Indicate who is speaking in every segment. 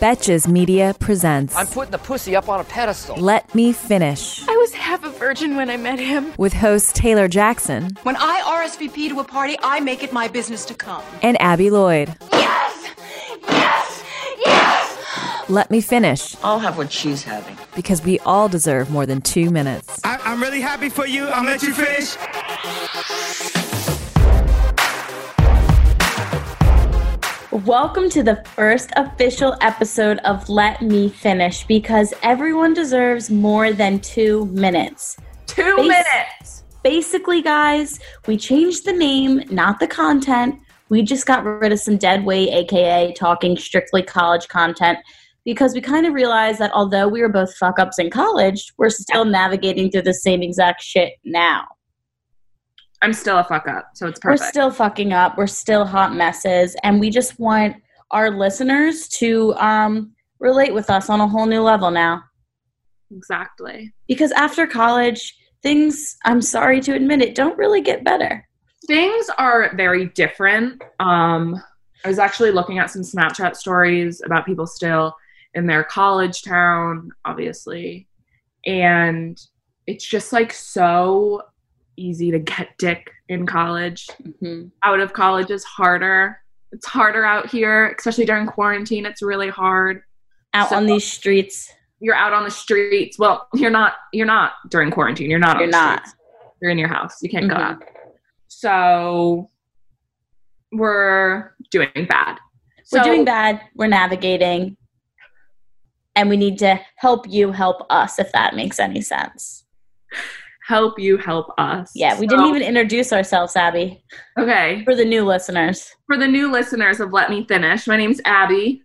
Speaker 1: Betches Media presents
Speaker 2: I'm putting the pussy up on a pedestal.
Speaker 1: Let Me Finish
Speaker 3: I was half a virgin when I met him.
Speaker 1: with host Taylor Jackson
Speaker 4: When I RSVP to a party, I make it my business to come.
Speaker 1: and Abby Lloyd.
Speaker 3: Yes! Yes! Yes!
Speaker 1: Let Me Finish
Speaker 2: I'll have what she's having.
Speaker 1: because we all deserve more than two minutes.
Speaker 5: I, I'm really happy for you. I'll let you finish.
Speaker 6: Welcome to the first official episode of Let Me Finish because everyone deserves more than two minutes.
Speaker 3: Two
Speaker 6: Bas-
Speaker 3: minutes!
Speaker 6: Basically, guys, we changed the name, not the content. We just got rid of some dead weight, aka talking strictly college content, because we kind of realized that although we were both fuck ups in college, we're still navigating through the same exact shit now.
Speaker 3: I'm still a fuck up, so it's perfect.
Speaker 6: We're still fucking up. We're still hot messes, and we just want our listeners to um, relate with us on a whole new level now.
Speaker 3: exactly.
Speaker 6: Because after college, things, I'm sorry to admit it, don't really get better.
Speaker 3: Things are very different. Um, I was actually looking at some Snapchat stories about people still in their college town, obviously. And it's just like so easy to get dick in college. out of college is harder. It's harder out here, especially during quarantine. It's really hard.
Speaker 6: Out
Speaker 3: So-
Speaker 6: on these streets,
Speaker 3: You're out on the streets. Well, you're not. You're not during quarantine. You're not. on
Speaker 6: You're
Speaker 3: the
Speaker 6: not.
Speaker 3: streets. You're in your house. You can't go
Speaker 6: Mhm.
Speaker 3: out. So we're doing bad.
Speaker 6: we're
Speaker 3: So-
Speaker 6: doing bad, we're navigating, and we need to help you help us, if that makes any sense.
Speaker 3: Help you help us.
Speaker 6: Yeah, we didn't
Speaker 3: So-
Speaker 6: even introduce ourselves, Abby,
Speaker 3: Okay.
Speaker 6: for the new listeners.
Speaker 3: For the new listeners of Let Me Finish, my name's Abby.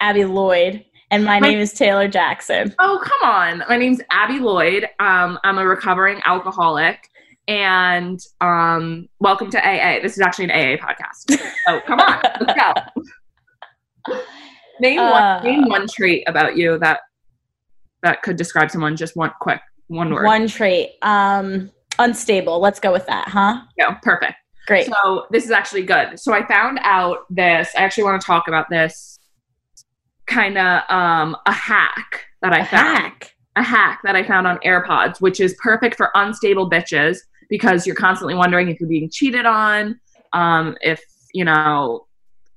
Speaker 6: Abby Lloyd, and my
Speaker 3: Hi.
Speaker 6: name is Taylor Jackson.
Speaker 3: Oh, come on. My name's Abby Lloyd. Um, I'm a recovering alcoholic. And um, welcome to AA. This is actually an AA podcast. Oh, come on. Let's go. Name,
Speaker 6: Uh.
Speaker 3: one, name one trait about you that that could describe someone just one quick one word.
Speaker 6: One trait, um, unstable. Let's go with that, huh?
Speaker 3: Yeah, perfect.
Speaker 6: Great.
Speaker 3: So this is actually good. So I found out this. I actually want to talk about this kind of um, a hack that I
Speaker 6: A
Speaker 3: found.
Speaker 6: hack.
Speaker 3: a hack that I found on AirPods, which is perfect for unstable bitches because you're constantly wondering if you're being cheated on, um, if you know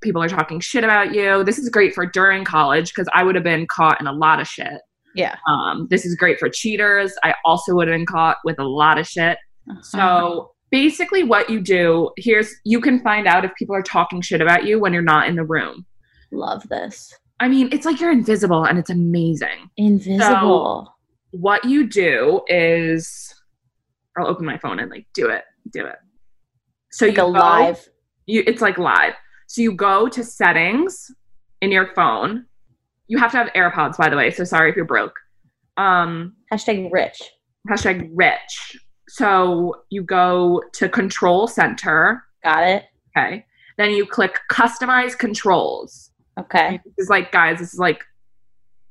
Speaker 3: people are talking shit about you. This is great for during college because I would have been caught in a lot of shit.
Speaker 6: Yeah.
Speaker 3: Um, this is great for cheaters. I also would have been caught with a lot of shit.
Speaker 6: Uh-huh.
Speaker 3: So basically, what you do here's you can find out if people are talking shit about you when you're not in the room.
Speaker 6: love this.
Speaker 3: I mean, it's like you're invisible and it's amazing
Speaker 6: Invisible.
Speaker 3: what you do is I'll open my phone and like do it, do it. So
Speaker 6: like
Speaker 3: you
Speaker 6: a
Speaker 3: go-
Speaker 6: live.
Speaker 3: You it's like live. So you go to settings in your phone. You have to have AirPods, by the way. So sorry if you're broke. Um,
Speaker 6: Hashtag rich.
Speaker 3: hashtag rich. So you go to control center.
Speaker 6: Got it.
Speaker 3: Okay. Then you click customize controls.
Speaker 6: Okay.
Speaker 3: This is like, guys, this is like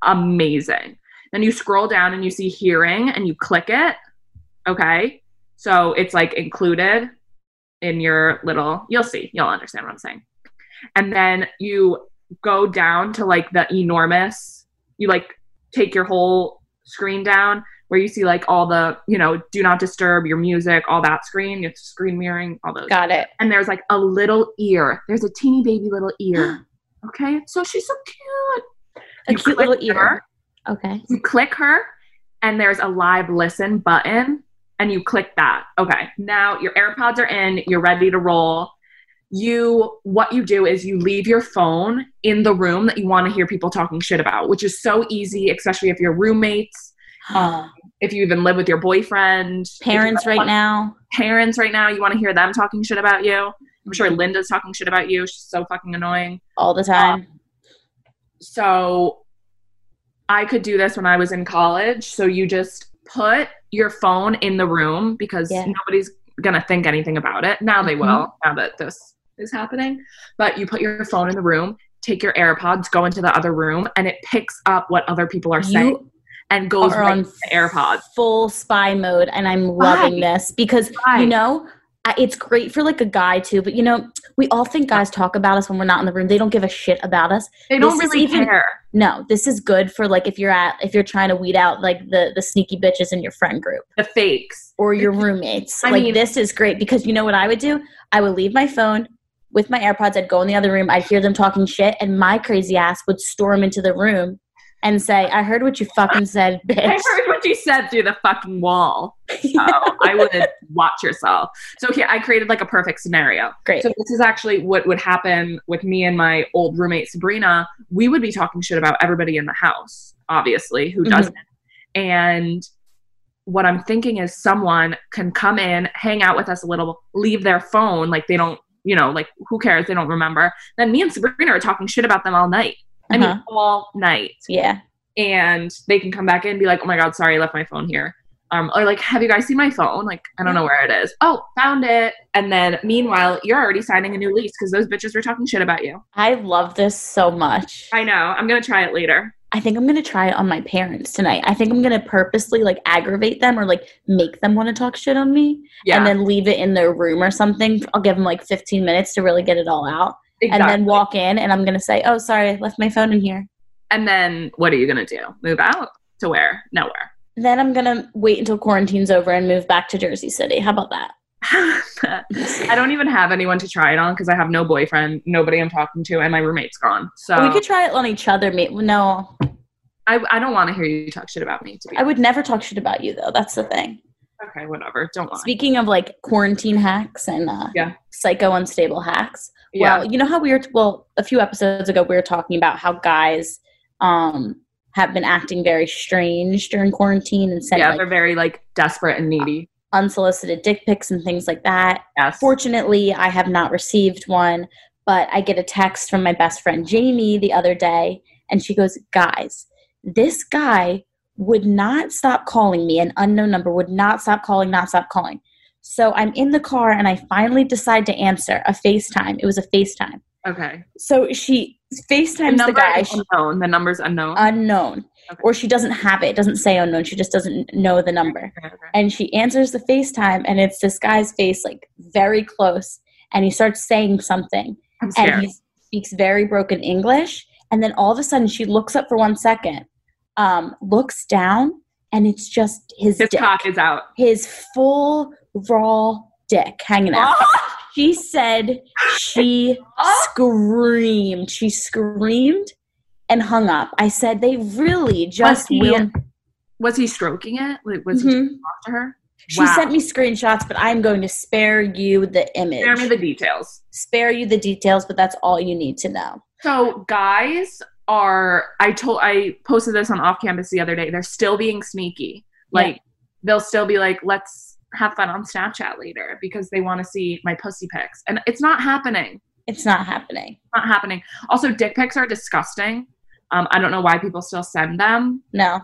Speaker 3: amazing. Then you scroll down and you see hearing and you click it. Okay. So it's like included in your little, you'll see, you'll understand what I'm saying. And then you go down to like the enormous, you like take your whole screen down where you see like all the, you know, do not disturb your music, all that screen, your screen mirroring, all those
Speaker 6: Got it.
Speaker 3: and there's like a little ear. There's a teeny baby little ear. Okay, so she's so cute.
Speaker 6: A
Speaker 3: You
Speaker 6: cute
Speaker 3: click
Speaker 6: little ear.
Speaker 3: her.
Speaker 6: Okay.
Speaker 3: You click her, and there's a live listen button, and you click that. Okay, now your AirPods are in. You're ready to roll. You, what you do is you leave your phone in the room that you want to hear people talking shit about, which is so easy, especially if you're roommates, Um, if you even live with your boyfriend, if you
Speaker 6: Parents
Speaker 3: have
Speaker 6: right now.
Speaker 3: parents right now, you want to hear them talking shit about you. I'm sure Linda's talking shit about you. She's so fucking annoying.
Speaker 6: all the time.
Speaker 3: So I could do this when I was in college. So you just put your phone in the room because
Speaker 6: Yeah.
Speaker 3: nobody's gonna think anything about it. Now they will,
Speaker 6: Mhm.
Speaker 3: now that this is happening. But you put your phone in the room, take your AirPods, go into the other room, and it picks up what other people are saying
Speaker 6: you
Speaker 3: and uh, goes
Speaker 6: are
Speaker 3: right
Speaker 6: on
Speaker 3: to the AirPods.
Speaker 6: full spy mode, and I'm loving this because you
Speaker 3: Right.
Speaker 6: know I, it's great for like a guy too. But you know, we all think guys talk about us when we're not in the room. They don't give a shit about us.
Speaker 3: They don't
Speaker 6: this is
Speaker 3: really
Speaker 6: even-
Speaker 3: care.
Speaker 6: No, this is good for like if you're at if you're trying to weed out like the the sneaky bitches in your friend group.
Speaker 3: The fakes.
Speaker 6: or your roommates.
Speaker 3: I
Speaker 6: like
Speaker 3: mean-
Speaker 6: this is great because you know what I would do? I would leave my phone with my AirPods. I'd go in the other room. I'd hear them talking shit, and my crazy ass would storm into the room and say, "I heard what you fucking said,
Speaker 3: I
Speaker 6: bitch."
Speaker 3: heard what you said through the fucking wall. So I would watch yourself. So here I created like a perfect scenario.
Speaker 6: great.
Speaker 3: So this is actually what would happen with me and my old roommate Sabrina. We would be talking shit about everybody in the house, obviously, who
Speaker 6: Mhm.
Speaker 3: doesn't. And what I'm thinking is someone can come in, hang out with us a little, leave their phone, like they don't, you know, like who cares? They don't remember. Then me and Sabrina are talking shit about them all night. I
Speaker 6: Uh-huh.
Speaker 3: mean, all night
Speaker 6: yeah.
Speaker 3: and they can come back in and be like, "Oh my god, sorry, I left my phone here." Um, or like, "Have you guys seen my phone? Like, I don't know where it is. Oh, found it." And then meanwhile, you're already signing a new lease because those bitches were talking shit about you.
Speaker 6: I love this so much. I,
Speaker 3: I know. I'm gonna try it later.
Speaker 6: think I'm going to try it on my parents tonight. I think I'm going to purposely like aggravate them or like make them want to talk shit on me
Speaker 3: Yeah,
Speaker 6: and then leave it in their room or something. I'll give them like 15 minutes to really get it all out
Speaker 3: exactly.
Speaker 6: and then walk in and I'm going to say, "Oh, sorry, I left my phone in here."
Speaker 3: And then what are you gonna do? Move out to where? Nowhere.
Speaker 6: Then I'm gonna wait until quarantine's over and move back to Jersey City. How about that?
Speaker 3: I don't even have anyone to try it on because I have no boyfriend, nobody I'm talking to, and my roommate's gone. So
Speaker 6: we could try it on each other. Mate. No,
Speaker 3: I, I don't want to hear you talk shit about me. To be
Speaker 6: I would never talk shit about you though. That's the thing.
Speaker 3: okay, whatever. Don't lie.
Speaker 6: Speaking of like quarantine hacks and uh,
Speaker 3: Yeah.
Speaker 6: psycho unstable hacks.
Speaker 3: yeah,
Speaker 6: Well, you know how we were well a few episodes ago we were talking about how guys um, have been acting very strange during quarantine and sending
Speaker 3: yeah,
Speaker 6: like,
Speaker 3: they're very like desperate and needy.
Speaker 6: unsolicited dick pics and things like that.
Speaker 3: Yes.
Speaker 6: Fortunately, I have not received one, but I get a text from my best friend Jamie the other day, and she goes, Guys, this guy would not stop calling me, an unknown number would not stop calling, not stop calling. So I'm in the car and I finally decide to answer a FaceTime. It was a FaceTime.
Speaker 3: Okay.
Speaker 6: So she FaceTimes the,
Speaker 3: number
Speaker 6: guy. Uh,
Speaker 3: is
Speaker 6: She-
Speaker 3: unknown. The number's unknown.
Speaker 6: unknown.
Speaker 3: Okay.
Speaker 6: Or she doesn't have it. It doesn't say unknown. She just doesn't know the number
Speaker 3: Okay, okay.
Speaker 6: and she answers the FaceTime, and it's this guy's face, like very close, and he starts saying something,
Speaker 3: I'm
Speaker 6: and
Speaker 3: scared.
Speaker 6: he speaks very broken English, and then all of a sudden she looks up for one second, um, looks down, and it's just his
Speaker 3: His
Speaker 6: dick,
Speaker 3: cock is out.
Speaker 6: his full raw dick hanging out. She said she screamed. She screamed and hung up. I said they really just
Speaker 3: he-
Speaker 6: will.
Speaker 3: Was he stroking it? Like, was he
Speaker 6: Mhm.
Speaker 3: talking to her?
Speaker 6: She sent me screenshots, but I'm going to spare you the image.
Speaker 3: Spare me the details.
Speaker 6: Spare you the details, but that's all you need to know.
Speaker 3: So guys are. I told. I posted this on off campus the other day. They're still being sneaky. Like they'll still be like, let's have fun on Snapchat later because they want to see my pussy pics, and it's not happening.
Speaker 6: It's not happening.
Speaker 3: Not happening. Also, dick pics are disgusting. Um, I don't know why people still send them.
Speaker 6: No,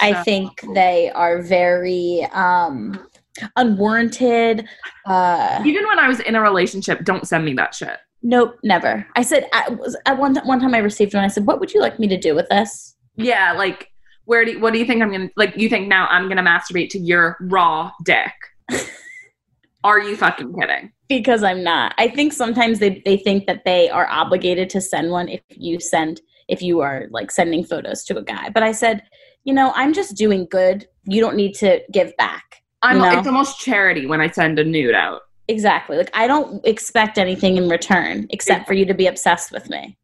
Speaker 6: I
Speaker 3: So-
Speaker 6: think they are very um, unwarranted. Uh,
Speaker 3: Even when I was in a relationship, don't send me that shit.
Speaker 6: nope, never. I said I was at one one time I received one. I said, "What would you like me to do with this?"
Speaker 3: Yeah, like where do what do you think I'm gonna like? You think now I'm gonna masturbate to your raw dick? Are you fucking kidding?
Speaker 6: Because I'm not. I think sometimes they they think that they are obligated to send one if you send if you are like sending photos to a guy. But I said, you know, I'm just doing good. You don't need to give back.
Speaker 3: I'm.
Speaker 6: No.
Speaker 3: It's almost charity when I send a nude out.
Speaker 6: Exactly. Like I don't expect anything in return except for you to be obsessed with me.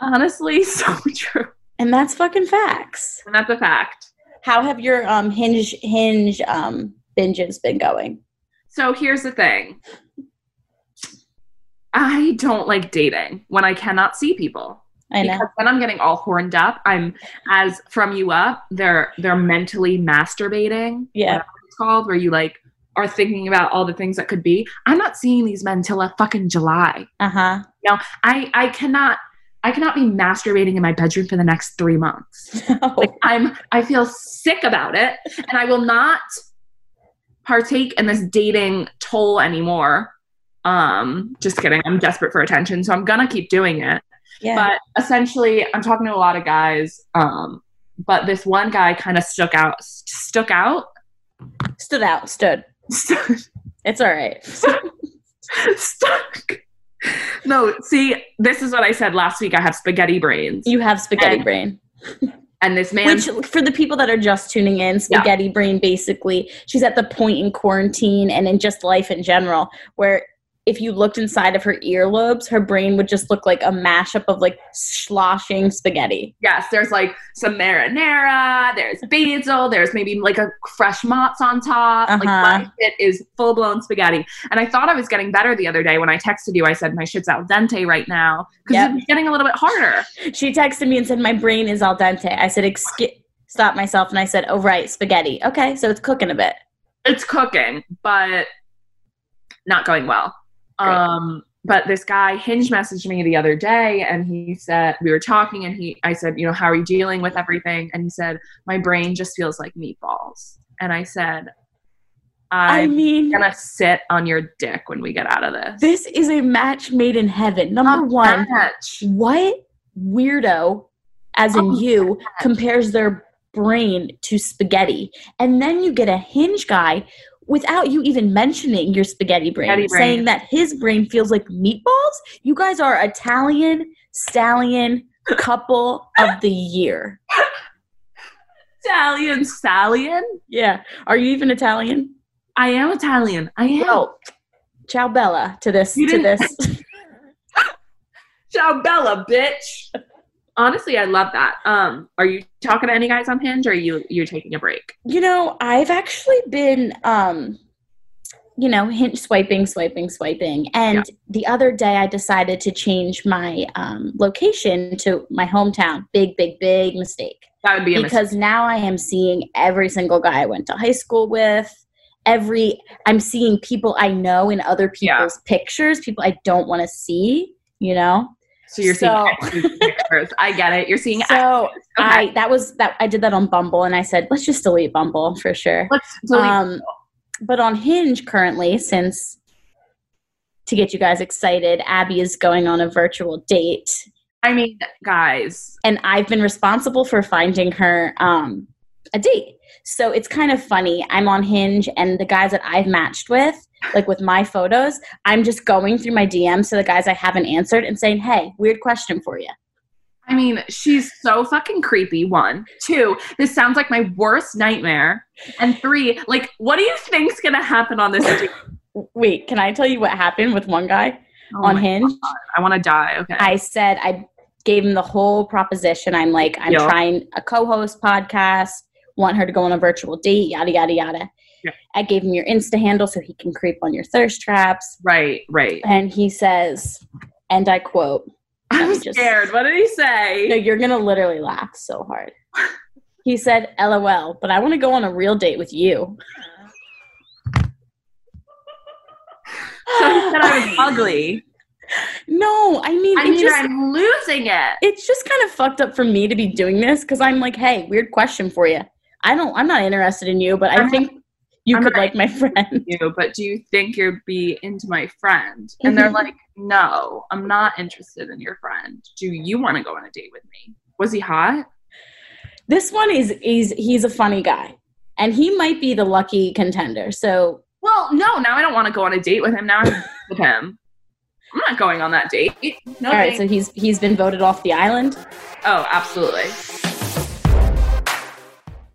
Speaker 3: Honestly, so true.
Speaker 6: And that's fucking facts.
Speaker 3: And that's a fact.
Speaker 6: How have your um hinge hinge um binges been going?
Speaker 3: So here's the thing. I don't like dating when I cannot see people.
Speaker 6: I know.
Speaker 3: Because then I'm getting all horned up. I'm as from you up. They're they're mentally masturbating.
Speaker 6: Yeah.
Speaker 3: whatever it's called where you like are thinking about all the things that could be. I'm not seeing these men till a fucking July.
Speaker 6: Uh huh.
Speaker 3: I I cannot I cannot be masturbating in my bedroom for the next three months.
Speaker 6: Uh-huh.
Speaker 3: Like I'm I feel sick about it and I will not partake in this dating toll anymore. Um just kidding. I'm desperate for attention, so I'm gonna keep doing it.
Speaker 6: yeah.
Speaker 3: But essentially I'm talking to a lot of guys. Um but this one guy kind of stuck out stuck out.
Speaker 6: stood out. Stood. It's all right.
Speaker 3: stuck. No, see, this is what I said last week. I have spaghetti brains.
Speaker 6: You have spaghetti
Speaker 3: And-
Speaker 6: brain.
Speaker 3: And this man
Speaker 6: Which, for the people that are just tuning in, Spaghetti Brain basically, she's at the point in quarantine and in just life in general where if you looked inside of her earlobes, her brain would just look like a mashup of like sloshing spaghetti.
Speaker 3: Yes, there's like some marinara, there's basil, there's maybe like a fresh matz on top. Like
Speaker 6: Uh-huh.
Speaker 3: my shit is full blown spaghetti. And I thought I was getting better the other day when I texted you. I said my shit's al dente right now because
Speaker 6: Yep.
Speaker 3: it's getting a little bit harder.
Speaker 6: She texted me and said, My brain is al dente. I said, Excuse. Stop myself and I said, "Oh right, spaghetti. Okay, so it's cooking a bit."
Speaker 3: It's cooking, but not going well.
Speaker 6: Great.
Speaker 3: Um, but this guy hinge messaged me the other day, and he said we were talking, and he I said, you know, how are you dealing with everything? And he said, my brain just feels like meatballs. And I said.
Speaker 6: I
Speaker 3: i
Speaker 6: mean,
Speaker 3: gonna sit on your dick when we get out of this.
Speaker 6: this is a match made in heaven. Number
Speaker 3: A
Speaker 6: one,
Speaker 3: match.
Speaker 6: what weirdo, as in
Speaker 3: Oh,
Speaker 6: you, compares their brain to spaghetti? And then you get a hinge guy without you even mentioning your spaghetti brain,
Speaker 3: Spaghetti brain.
Speaker 6: saying that his brain feels like meatballs. You guys are Italian stallion couple of the year.
Speaker 3: Italian, Italian.
Speaker 6: Yeah. Are you even Italian?
Speaker 3: I am Italian. I am.
Speaker 6: Oh. Ciao Bella to this
Speaker 3: You
Speaker 6: to
Speaker 3: didn't-
Speaker 6: this.
Speaker 3: Ciao, Bella, bitch. Honestly, I love that. Um, are you talking to any guys on Hinge, or are you you're taking a break?
Speaker 6: You know, I've actually been, um, you know, hint swiping, swiping, swiping. And the other day I decided to change my um, location to my hometown. Big, big, big mistake.
Speaker 3: That would be a mistake.
Speaker 6: because now I am seeing every single guy I went to high school with. Every, I'm seeing people I know in other
Speaker 3: Yeah.
Speaker 6: people's pictures, people I don't want to see, you know?
Speaker 3: So you're
Speaker 6: so-
Speaker 3: seeing exes' pictures. I get it. You're seeing.
Speaker 6: So
Speaker 3: Okay.
Speaker 6: I, that was, that I did that on Bumble and I said, let's just delete Bumble for sure.
Speaker 3: Let's delete-
Speaker 6: Um, but on Hinge currently, since to get you guys excited, Abby is going on a virtual date,
Speaker 3: I mean, guys.
Speaker 6: and I've been responsible for finding her um, a date. So it's kind of funny. I'm on Hinge, and the guys that I've matched with, like with my photos, I'm just going through my DMs to the guys I haven't answered and saying, "Hey, weird question for you."
Speaker 3: I mean, she's so fucking creepy. One, two. This sounds like my worst nightmare. And three, like, what do you think's gonna happen on this? date?
Speaker 6: Wait, can I tell you what happened with one guy
Speaker 3: Oh
Speaker 6: on
Speaker 3: my
Speaker 6: Hinge?
Speaker 3: I want to die. Okay.
Speaker 6: I said I gave him the whole proposition. I'm like, I'm
Speaker 3: Yeah.
Speaker 6: trying a co-host podcast, want her to go on a virtual date, yada yada yada.
Speaker 3: Yeah.
Speaker 6: I gave him your Insta handle so he can creep on your thirst traps.
Speaker 3: right, right.
Speaker 6: And he says, and I quote,
Speaker 3: I'm
Speaker 6: just-
Speaker 3: scared. What did he
Speaker 6: No,
Speaker 3: say?
Speaker 6: you're gonna literally laugh so hard. He said, LOL, but I want to go on a real date with you.
Speaker 3: So he said I was ugly.
Speaker 6: no, I mean,
Speaker 3: I
Speaker 6: it
Speaker 3: mean,
Speaker 6: just-
Speaker 3: I'm losing it.
Speaker 6: it's just kind of fucked up for me to be doing this because I'm like, hey, weird question for you. I don't, I'm not interested in you, but I
Speaker 3: I'm
Speaker 6: think you
Speaker 3: I'm
Speaker 6: could
Speaker 3: not-
Speaker 6: like my friend.
Speaker 3: You, but do you think you'd be into my friend? And they're
Speaker 6: Mhm.
Speaker 3: like, no, I'm not interested in your friend. Do you want to go on a date with me? Was he hot?
Speaker 6: This one is, he's, he's a funny guy, and he might be the lucky contender. So
Speaker 3: Well, no. Now I don't want to go on a date with him. Now I'm with him. I'm not going on that date. No.
Speaker 6: all right,
Speaker 3: thanks.
Speaker 6: so he's he's been voted off the island.
Speaker 3: oh, absolutely.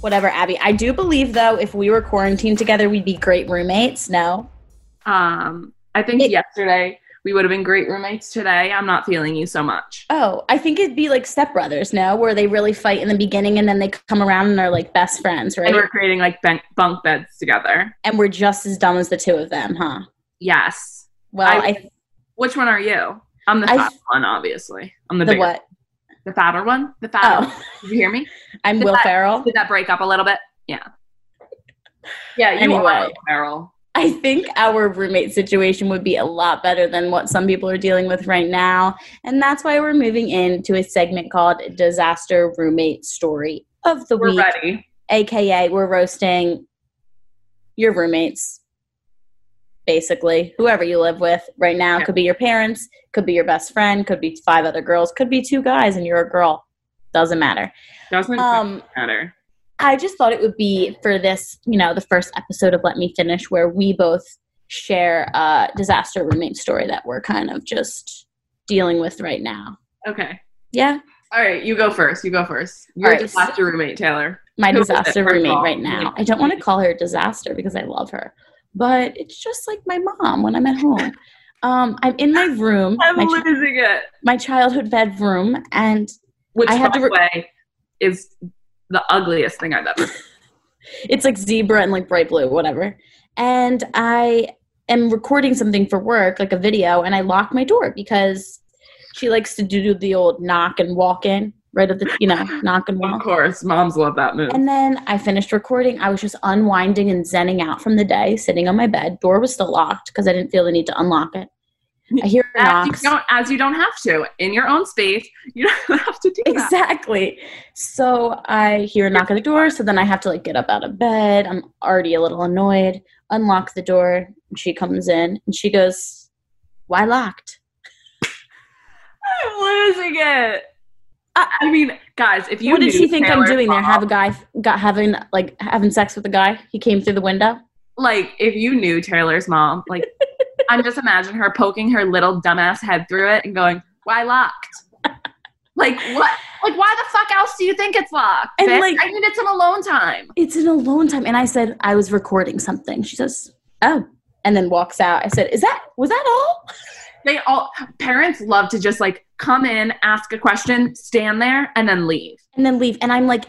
Speaker 6: Whatever, Abby. I do believe though, if we were quarantined together, we'd be great roommates. No,
Speaker 3: Um, I think
Speaker 6: It-
Speaker 3: yesterday we would have been great roommates. Today, I'm not feeling you so much.
Speaker 6: oh, I think it'd be like stepbrothers. No, where they really fight in the beginning and then they come around and they're like best friends, right?
Speaker 3: And we're creating like bunk, bunk beds together.
Speaker 6: and we're just as dumb as the two of them, huh?
Speaker 3: Yes.
Speaker 6: Well,
Speaker 3: I-
Speaker 6: I,
Speaker 3: Which one are you? I'm the
Speaker 6: I-
Speaker 3: fat one, obviously. I'm the,
Speaker 6: the,
Speaker 3: bigger,
Speaker 6: what?
Speaker 3: the fatter one. The fatter.
Speaker 6: Oh,
Speaker 3: one. Did you hear me?
Speaker 6: I'm
Speaker 3: The
Speaker 6: Will
Speaker 3: fact-
Speaker 6: Ferrell.
Speaker 3: Did that break up a little bit? Yeah. Yeah, you
Speaker 6: Anyway.
Speaker 3: are Carol.
Speaker 6: I think our roommate situation would be a lot better than what some people are dealing with right now, and that's why we're moving into a segment called "Disaster Roommate Story of the
Speaker 3: We're
Speaker 6: Week."
Speaker 3: ready.
Speaker 6: aka we're roasting your roommates basically whoever you live with right now
Speaker 3: Yeah.
Speaker 6: could be your parents could be your best friend could be five other girls could be two guys and you're a girl doesn't matter
Speaker 3: Doesn't
Speaker 6: um
Speaker 3: matter.
Speaker 6: i just thought it would be for this you know the first episode of let me finish where we both share a disaster roommate story that we're kind of just dealing with right now
Speaker 3: Okay.
Speaker 6: yeah
Speaker 3: All right, you go first. You go first. You're
Speaker 6: right.
Speaker 3: just last your roommate, Taylor.
Speaker 6: my
Speaker 3: Who is it,
Speaker 6: disaster
Speaker 3: first of
Speaker 6: roommate
Speaker 3: all?
Speaker 6: right now. I don't want to call her a disaster because I love her, but it's just like my mom when I'm at home. Um, I'm in my room,
Speaker 3: I'm
Speaker 6: my, chi-
Speaker 3: losing it.
Speaker 6: my childhood bedroom, and
Speaker 3: Which,
Speaker 6: I had
Speaker 3: by
Speaker 6: to
Speaker 3: the
Speaker 6: re-
Speaker 3: way, is the ugliest thing I've ever seen.
Speaker 6: it's like zebra and like bright blue, whatever. And I am recording something for work, like a video, and I lock my door because she likes to do the old knock and walk in, right at the, you know, knock and
Speaker 3: Of
Speaker 6: walk.
Speaker 3: course, moms love that move.
Speaker 6: And then I finished recording. I was just unwinding and zenning out from the day, sitting on my bed. Door was still locked because I didn't feel the need to unlock it. I hear a
Speaker 3: as you
Speaker 6: knocks.
Speaker 3: don't, as you don't have to in your own space, you don't have to do that.
Speaker 6: Exactly. So I hear a knock at the door. So then I have to like get up out of bed. I'm already a little annoyed. Unlock the door. And she comes in and she goes, "Why locked?"
Speaker 3: I'm losing it. I, I mean, guys, if you
Speaker 6: Uh, what did
Speaker 3: knew
Speaker 6: she think I'm
Speaker 3: Taylor's
Speaker 6: doing there?
Speaker 3: mom-
Speaker 6: Have a guy got having like having sex with a guy? He came through the window.
Speaker 3: like if you knew Taylor's mom, like I'm just imagine her poking her little dumbass head through it and going, "Why locked? like what? Like why the fuck else do you think it's locked?
Speaker 6: And,
Speaker 3: bitch?
Speaker 6: like-
Speaker 3: I mean, it's an alone time.
Speaker 6: it's an alone time. And I said, I was recording something. She says, Oh, and then walks out. I said, Is that, was that all?
Speaker 3: They all parents love to just like come in, ask a question, stand there, and then leave.
Speaker 6: And then leave. And I'm like,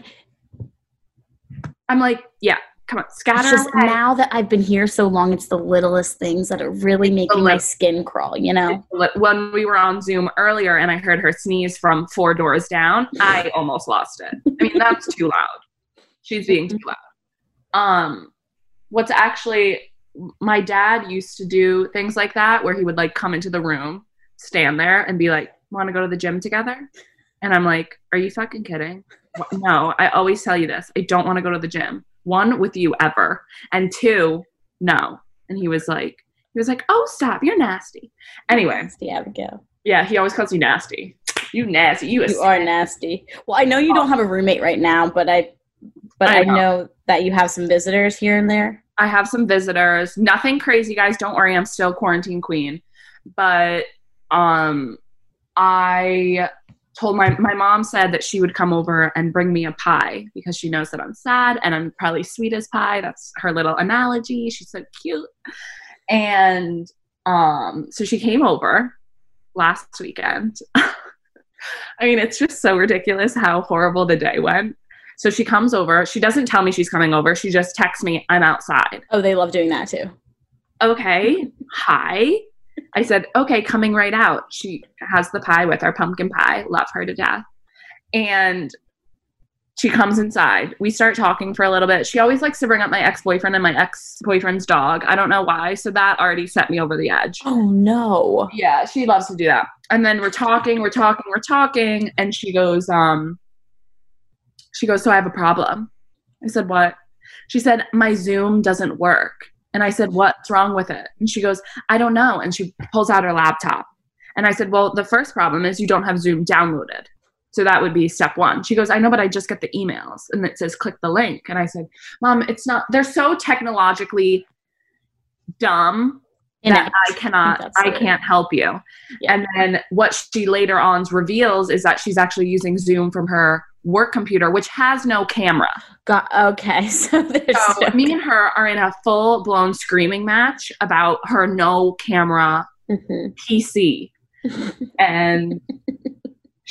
Speaker 3: I'm like, yeah, come on,
Speaker 6: it's
Speaker 3: scatter
Speaker 6: just
Speaker 3: away.
Speaker 6: now that I've been here so long, it's the littlest things that are really making my
Speaker 3: little-
Speaker 6: skin crawl, you know?
Speaker 3: when we were on Zoom earlier and I heard her sneeze from four doors down, I almost lost it. I mean, that's too loud. She's being too loud. Um, what's actually my dad used to do things like that where he would like come into the room, stand there, and be like, "Want to go to the gym together?" And I'm like, "Are you fucking kidding? Wh- No, I always tell you this. I don't want to go to the gym. One with you ever, and two, no." And he was like, he was like, "Oh, stop! You're nasty." Anyway,
Speaker 6: Nasty Abigail.
Speaker 3: yeah, he always calls you nasty. You nasty. You, a
Speaker 6: You are nasty. Well, I know you don't have a roommate right now, but I, but
Speaker 3: I
Speaker 6: Oh. I
Speaker 3: know.
Speaker 6: know, that you have some visitors here and there.
Speaker 3: I have some visitors. Nothing crazy, guys. Don't worry. I'm still quarantine queen. But um I told my my mom said that she would come over and bring me a pie because she knows that I'm sad and I'm probably sweet as pie. That's her little analogy. She's so cute. And um so she came over last weekend. I mean, it's just so ridiculous how horrible the day went. So she comes over. She doesn't tell me she's coming over. She just texts me, I'm outside.
Speaker 6: Oh, they love doing that too.
Speaker 3: Okay, hi. I said, okay, coming right out. She has the pie with her pumpkin pie. Love her to death. And she comes inside. We start talking for a little bit. She always likes to bring up my ex boyfriend and my ex boyfriend's dog. I don't know why. So that already set me over the edge.
Speaker 6: Oh, no.
Speaker 3: Yeah, she loves to do that. And then we're talking, we're talking, we're talking, and she goes, um, she goes, so I have a problem. I said, what? She said, my Zoom doesn't work. And I said, what's wrong with it? And she goes, I don't know. And she pulls out her laptop. And I said, well, the first problem is you don't have Zoom downloaded. So that would be step one. She goes, I know, but I just get the emails and it says click the link. And I said, Mom, it's not, they're so technologically dumb
Speaker 6: You know,
Speaker 3: that I cannot,
Speaker 6: That's
Speaker 3: I
Speaker 6: it.
Speaker 3: can't help you.
Speaker 6: Yeah.
Speaker 3: And then what she later on reveals is that she's actually using Zoom from her work computer, which has no camera.
Speaker 6: Got, okay, so there's
Speaker 3: So
Speaker 6: no-
Speaker 3: me and her are in a full blown screaming match about her no camera
Speaker 6: Mhm.
Speaker 3: PC. and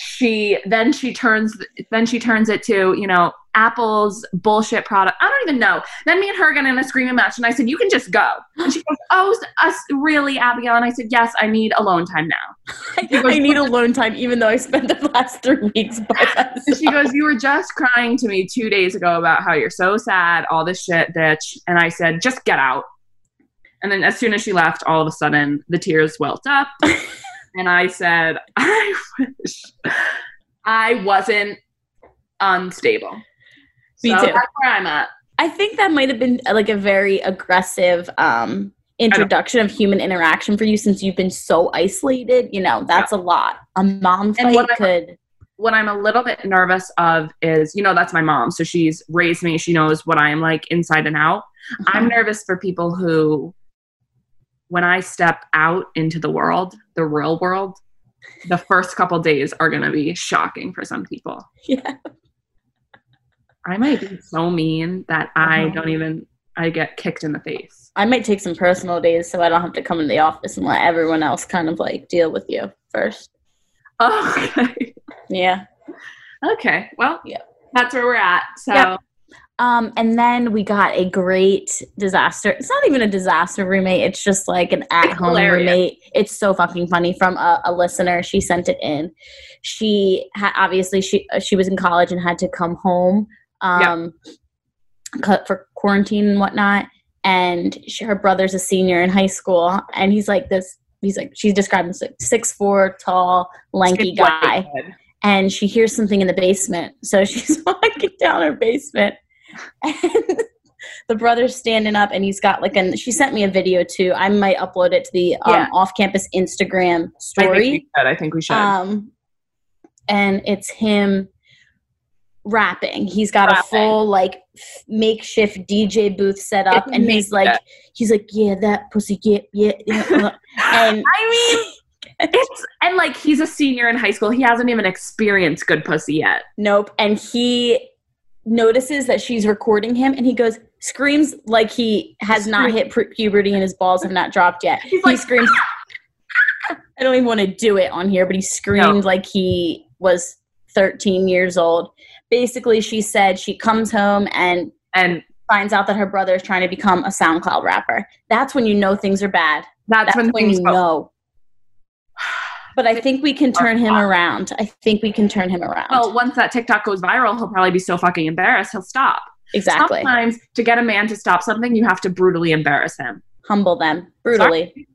Speaker 3: she then she turns then she turns it to, you know, Apple's bullshit product. I don't even know. Then me and her get in a screaming match and I said, You can just go. And she goes, Oh, s- us really, Abigail? And I said, Yes, I need alone time now.
Speaker 6: I need alone time, even though I spent the last three weeks by
Speaker 3: And
Speaker 6: myself.
Speaker 3: she goes, You were just crying to me two days ago about how you're so sad, all this shit, bitch. And I said, Just get out. And then as soon as she left, all of a sudden the tears welled up. and I said, I wish I wasn't unstable.
Speaker 6: Me
Speaker 3: so
Speaker 6: too.
Speaker 3: That's where I'm at.
Speaker 6: I think that might have been uh, like a very aggressive um, introduction of human interaction for you since you've been so isolated. You know, that's a lot. A mom
Speaker 3: And
Speaker 6: fight
Speaker 3: what I-
Speaker 6: could.
Speaker 3: What I'm a little bit nervous of is, you know, that's my mom. So she's raised me. She knows what I am like inside and out. I'm nervous for people who, when I step out into the world, the real world, the first couple days are going to be shocking for some people.
Speaker 6: Yeah.
Speaker 3: I might be so mean that I
Speaker 6: Uh-huh.
Speaker 3: don't even, I get kicked in the face.
Speaker 6: I might take some personal days so I don't have to come into the office and let everyone else kind of like deal with you first.
Speaker 3: Okay.
Speaker 6: Yeah.
Speaker 3: Okay. Well,
Speaker 6: Yeah.
Speaker 3: that's where we're at. So
Speaker 6: Yep. Um, and then we got a great disaster. It's not even a disaster roommate. It's just like an at-home
Speaker 3: hilarious.
Speaker 6: roommate. It's so fucking funny from a, a listener. She sent it in. She ha- obviously she uh, she was in college and had to come home um, cu- for quarantine and whatnot. And she, her brother's a senior in high school, and he's like this. He's like she's described him as like six four, tall, lanky
Speaker 3: It's white
Speaker 6: guy
Speaker 3: kid.
Speaker 6: and she hears something in the basement. So she's walking down her basement, and the brother's standing up, and he's got like an. She sent me a video too. I might upload it to the um,
Speaker 3: Yeah.
Speaker 6: off-campus Instagram
Speaker 3: I think
Speaker 6: story.
Speaker 3: we should. I think we should.
Speaker 6: Um, and it's him rapping. He's got a
Speaker 3: Rapping.
Speaker 6: full like f- makeshift DJ booth set up, and he's like,
Speaker 3: Makeshift.
Speaker 6: he's like, yeah, that pussy, yeah, yeah, yeah. and
Speaker 3: I mean, it's and like he's a senior in high school. He hasn't even experienced good pussy yet.
Speaker 6: Nope. And he notices that she's recording him and he goes, screams like he has not hit pu- puberty and his balls have not dropped yet.
Speaker 3: He's like,
Speaker 6: he
Speaker 3: "Ah!"
Speaker 6: screams, I don't even want to do it on here, but he screamed like he was 13 years old. Basically, she said she comes home and
Speaker 3: And
Speaker 6: finds out that her brother is trying to become a SoundCloud rapper. That's when you know things are bad.
Speaker 3: that's,
Speaker 6: That's
Speaker 3: when
Speaker 6: when
Speaker 3: things
Speaker 6: you
Speaker 3: go-
Speaker 6: know. But I think we can turn him around. I think we can turn him around.
Speaker 3: Ah. Well, once that TikTok goes viral, he'll probably be so fucking embarrassed, he'll stop.
Speaker 6: exactly.
Speaker 3: Sometimes to get a man to stop something, you have to brutally embarrass him.
Speaker 6: humble them brutally.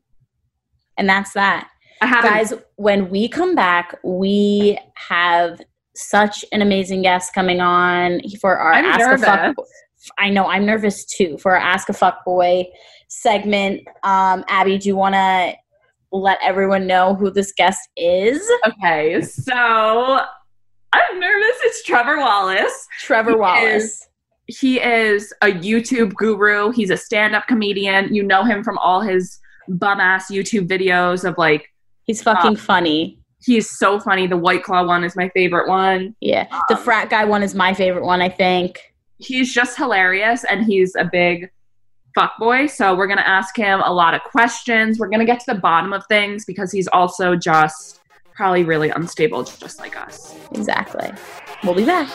Speaker 6: And that's that.
Speaker 3: I haven't.
Speaker 6: Guys, when we come back, we have such an amazing guest coming on for our
Speaker 3: I'm
Speaker 6: Ask a Fuck.
Speaker 3: nervous.
Speaker 6: I know, I'm nervous too for our Ask a Fuck Boy segment. Um, Abby, do you want to let everyone know who this guest is?
Speaker 3: okay, so I'm nervous. It's Trevor Wallace.
Speaker 6: Trevor Wallace.
Speaker 3: he is a YouTube guru. He's a stand-up comedian. You know him from all his bum ass YouTube videos of like
Speaker 6: He's fucking funny.
Speaker 3: he's so funny. The White Claw one is my favorite one.
Speaker 6: Yeah. the frat guy one is my favorite one, I think.
Speaker 3: He's just hilarious and he's a big fuckboy. So we're gonna ask him a lot of questions. We're gonna get to the bottom of things because he's also just probably really unstable just like us.
Speaker 6: Exactly. We'll be back.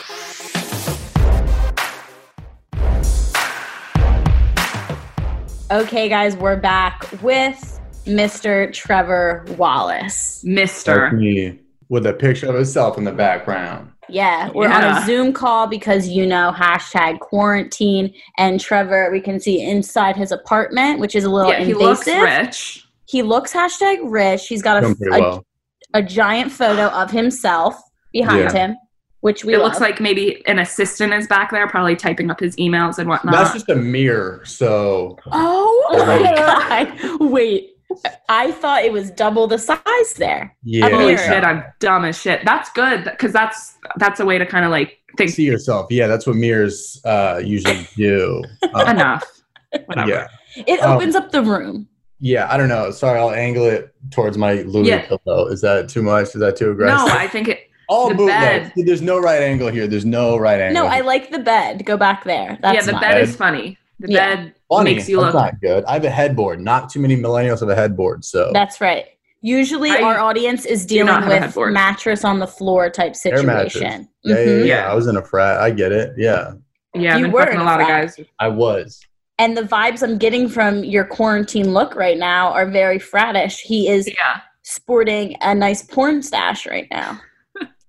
Speaker 6: Okay, guys, we're back with Mr. Trevor Wallace.
Speaker 7: That's
Speaker 3: Mister.
Speaker 7: me with a picture of himself in the background.
Speaker 6: Yeah, we're on
Speaker 3: Yeah.
Speaker 6: a Zoom call because you know hashtag quarantine. And Trevor, we can see inside his apartment, which is a little
Speaker 3: Yeah, he
Speaker 6: invasive.
Speaker 3: looks rich.
Speaker 6: He looks hashtag rich. He's got a,
Speaker 7: Doing pretty
Speaker 6: a,
Speaker 7: well.
Speaker 6: a giant photo of himself behind him, which we
Speaker 3: it
Speaker 6: love.
Speaker 3: looks like maybe an assistant is back there, probably typing up his emails and whatnot.
Speaker 7: That's just a mirror, so
Speaker 6: Oh
Speaker 7: Uh-huh.
Speaker 6: my god! Wait, I thought it was double the size there.
Speaker 7: yeah.
Speaker 3: Holy
Speaker 6: Mirror.
Speaker 3: shit, I'm dumb as shit. That's good because that's that's a way to kind of like think
Speaker 7: See yourself. Yeah, that's what mirrors uh, usually do. Um,
Speaker 3: enough. Whatever.
Speaker 7: yeah,
Speaker 6: It
Speaker 7: Oh.
Speaker 6: opens up the room.
Speaker 7: yeah. I don't know. Sorry, I'll angle it towards my Louis
Speaker 3: Yeah.
Speaker 7: pillow. Is that too much? Is that too
Speaker 3: No,
Speaker 7: aggressive?
Speaker 3: I think it.
Speaker 7: all
Speaker 3: The
Speaker 7: bootlegs.
Speaker 3: bed.
Speaker 7: There's no right angle here. There's no right angle.
Speaker 6: No, I like the bed. Go back there. That's
Speaker 3: yeah, the
Speaker 6: mine.
Speaker 3: bed is funny. The
Speaker 6: Yeah.
Speaker 3: bed
Speaker 7: Funny,
Speaker 3: makes you
Speaker 7: that's
Speaker 3: look.
Speaker 7: not good. I have a headboard. Not too many millennials have a headboard, so
Speaker 6: That's right. Usually,
Speaker 3: I
Speaker 6: our audience is
Speaker 3: do not
Speaker 6: dealing
Speaker 3: have a
Speaker 6: with
Speaker 3: headboard.
Speaker 6: mattress on the floor type
Speaker 7: Air mattress.
Speaker 6: situation.
Speaker 7: yeah, yeah, yeah,
Speaker 6: Mhm.
Speaker 7: yeah. I was in a frat. I get it. Yeah,
Speaker 3: yeah, I've
Speaker 6: You
Speaker 3: been
Speaker 6: were
Speaker 3: fucking
Speaker 6: in
Speaker 3: a lot of
Speaker 6: fact.
Speaker 3: guys.
Speaker 7: I was.
Speaker 6: And the vibes I'm getting from your quarantine look right now are very fratish. He is
Speaker 3: Yeah,
Speaker 6: sporting a nice porn stash right now.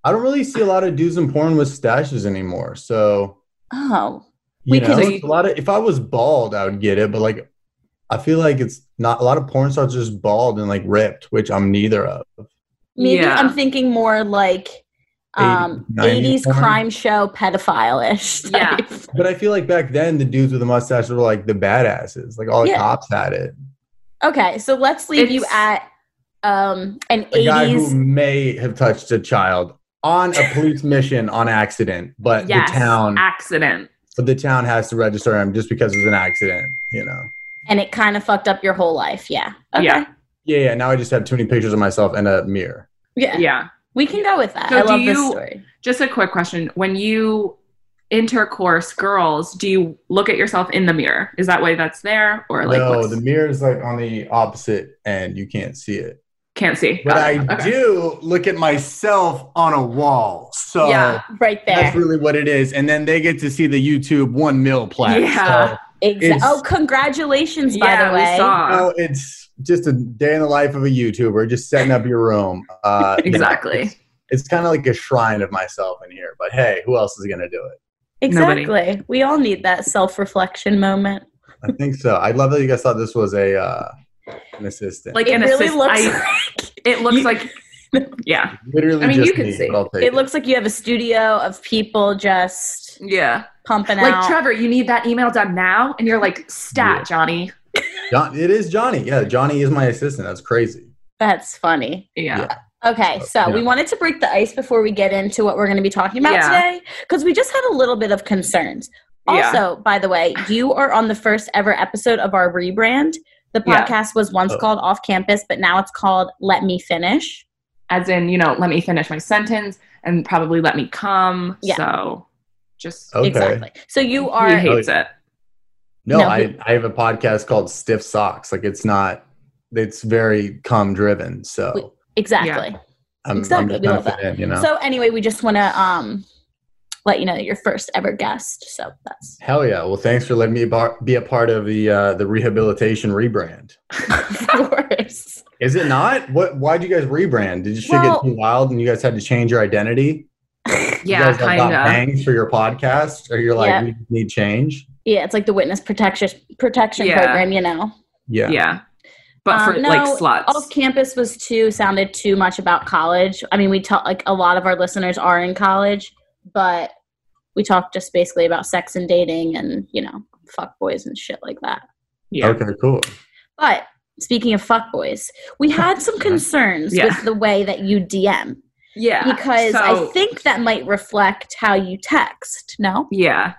Speaker 7: I don't really see a lot of dudes in porn with stashes anymore. So
Speaker 6: Oh,
Speaker 7: you
Speaker 6: We
Speaker 7: know,
Speaker 6: could-
Speaker 7: it's a lot of. If I was bald, I would get it. But like, I feel like it's not a lot of porn stars are just bald and like ripped, which I'm neither of.
Speaker 6: maybe
Speaker 3: Yeah.
Speaker 6: I'm thinking more like um,
Speaker 7: 80s
Speaker 6: 80s
Speaker 7: porn?
Speaker 6: crime show pedophile-ish.
Speaker 3: Yeah.
Speaker 6: type.
Speaker 7: But I feel like back then the dudes with the mustache were like the badasses. Like all the
Speaker 6: Yeah.
Speaker 7: cops had it.
Speaker 6: Okay, so let's leave you
Speaker 3: It's-
Speaker 6: at um, an
Speaker 7: A guy
Speaker 6: 80s.
Speaker 7: who may have touched a child on a police mission on accident, but
Speaker 3: yes,
Speaker 7: the town,
Speaker 3: accident.
Speaker 7: but the town has to register him just because it was an accident. You know.
Speaker 6: and it kind of fucked up your whole life. Yeah. Okay.
Speaker 3: Yeah.
Speaker 6: Yeah.
Speaker 7: Yeah, yeah. Now I just have too many pictures of myself and a mirror.
Speaker 3: Yeah.
Speaker 6: We can go with that.
Speaker 3: So
Speaker 6: I
Speaker 3: do
Speaker 6: love this
Speaker 3: you-
Speaker 6: story.
Speaker 3: Just a quick question: When you intercourse, girls, do you look at yourself in the mirror? Is that why that's there, or like
Speaker 7: no,
Speaker 3: what's-
Speaker 7: the mirror is like on the opposite end. You can't see it.
Speaker 3: can't see?
Speaker 7: But
Speaker 3: Got
Speaker 7: I
Speaker 3: it. Okay.
Speaker 7: do look at myself on a wall. So
Speaker 3: Yeah,
Speaker 6: Right there.
Speaker 7: that's really what it is. And then they get to see the YouTube one mil plaque.
Speaker 3: Yeah.
Speaker 7: So,
Speaker 6: Exa-
Speaker 7: It's-
Speaker 6: oh, congratulations, by
Speaker 3: yeah,
Speaker 6: the way.
Speaker 3: we saw
Speaker 7: no, it's just a day in the life of a YouTuber, just setting up your room. Uh, yeah,
Speaker 3: exactly.
Speaker 7: it's it's kind of like a shrine of myself in here. But hey, who else is gonna do it?
Speaker 6: Exactly. We all need that self reflection moment.
Speaker 7: I think so. I love that you guys thought this was a uh, an assistant.
Speaker 3: Like
Speaker 6: It
Speaker 3: an
Speaker 6: really
Speaker 3: assist-
Speaker 6: looks
Speaker 3: I- It looks like, yeah,
Speaker 7: literally,
Speaker 3: I mean,
Speaker 7: just
Speaker 3: you can
Speaker 7: me,
Speaker 3: see.
Speaker 7: but I'll take
Speaker 6: it looks like you have a studio of people just
Speaker 3: yeah.
Speaker 6: pumping
Speaker 3: Like
Speaker 6: out.
Speaker 3: Trevor, you need that email done now, and you're like, stat,
Speaker 7: Yeah.
Speaker 3: Johnny.
Speaker 7: John, it is Johnny. Yeah, Johnny is my assistant. That's crazy.
Speaker 6: That's funny.
Speaker 3: Yeah.
Speaker 7: Yeah.
Speaker 6: Okay, so
Speaker 7: Uh, Yeah.
Speaker 6: we wanted to break the ice before we get into what we're going to be talking about
Speaker 3: Yeah.
Speaker 6: today because we just had a little bit of concerns.
Speaker 3: Yeah.
Speaker 6: Also, by the way, you are on the first ever episode of our rebrand. The
Speaker 3: Yeah.
Speaker 6: podcast was once
Speaker 7: Oh.
Speaker 6: called Off Campus, but now it's called Let Me Finish.
Speaker 3: As in, you know, let me finish my sentence and probably let me come.
Speaker 6: Yeah.
Speaker 3: So just
Speaker 7: Okay.
Speaker 6: Exactly. So you
Speaker 3: he
Speaker 6: are
Speaker 3: hates it.
Speaker 7: No,
Speaker 6: No,
Speaker 7: I,
Speaker 6: he-
Speaker 7: I have a podcast called Stiff Socks. Like it's not, it's very cum driven.
Speaker 6: We-
Speaker 7: So
Speaker 6: exactly.
Speaker 7: I'm,
Speaker 6: exactly,
Speaker 7: I'm
Speaker 6: we
Speaker 7: just
Speaker 6: love
Speaker 7: not in, you know.
Speaker 6: So anyway, we just want to um let you know that you're first ever guest. So that's
Speaker 7: Hell yeah! Well, thanks for letting me bar- be a part of the uh, the rehabilitation rebrand.
Speaker 6: of course.
Speaker 7: Is it not? What? Why'd you guys rebrand? Did you shit
Speaker 6: Well-
Speaker 7: get too wild and you guys had to change your identity?
Speaker 3: Yeah,
Speaker 7: you guys like, got
Speaker 3: kind of.
Speaker 7: bangs for your podcast, or you're like,
Speaker 6: Yeah.
Speaker 7: we need change.
Speaker 6: Yeah, it's like the witness protection protection
Speaker 3: Yeah.
Speaker 6: program, you know.
Speaker 7: Yeah.
Speaker 3: Yeah. But
Speaker 6: Um,
Speaker 3: for
Speaker 6: no,
Speaker 3: like sluts.
Speaker 6: off campus was too sounded too much about college. I mean, we talk like a lot of our listeners are in college, but we talk just basically about sex and dating and you know fuck boys and shit like that.
Speaker 3: yeah.
Speaker 7: Okay. Cool.
Speaker 6: But speaking of fuck boys, we had some concerns
Speaker 3: Yeah.
Speaker 6: with the way that you DM
Speaker 3: Yeah.
Speaker 6: because
Speaker 3: So-
Speaker 6: I think that might reflect how you text. No,
Speaker 3: Yeah.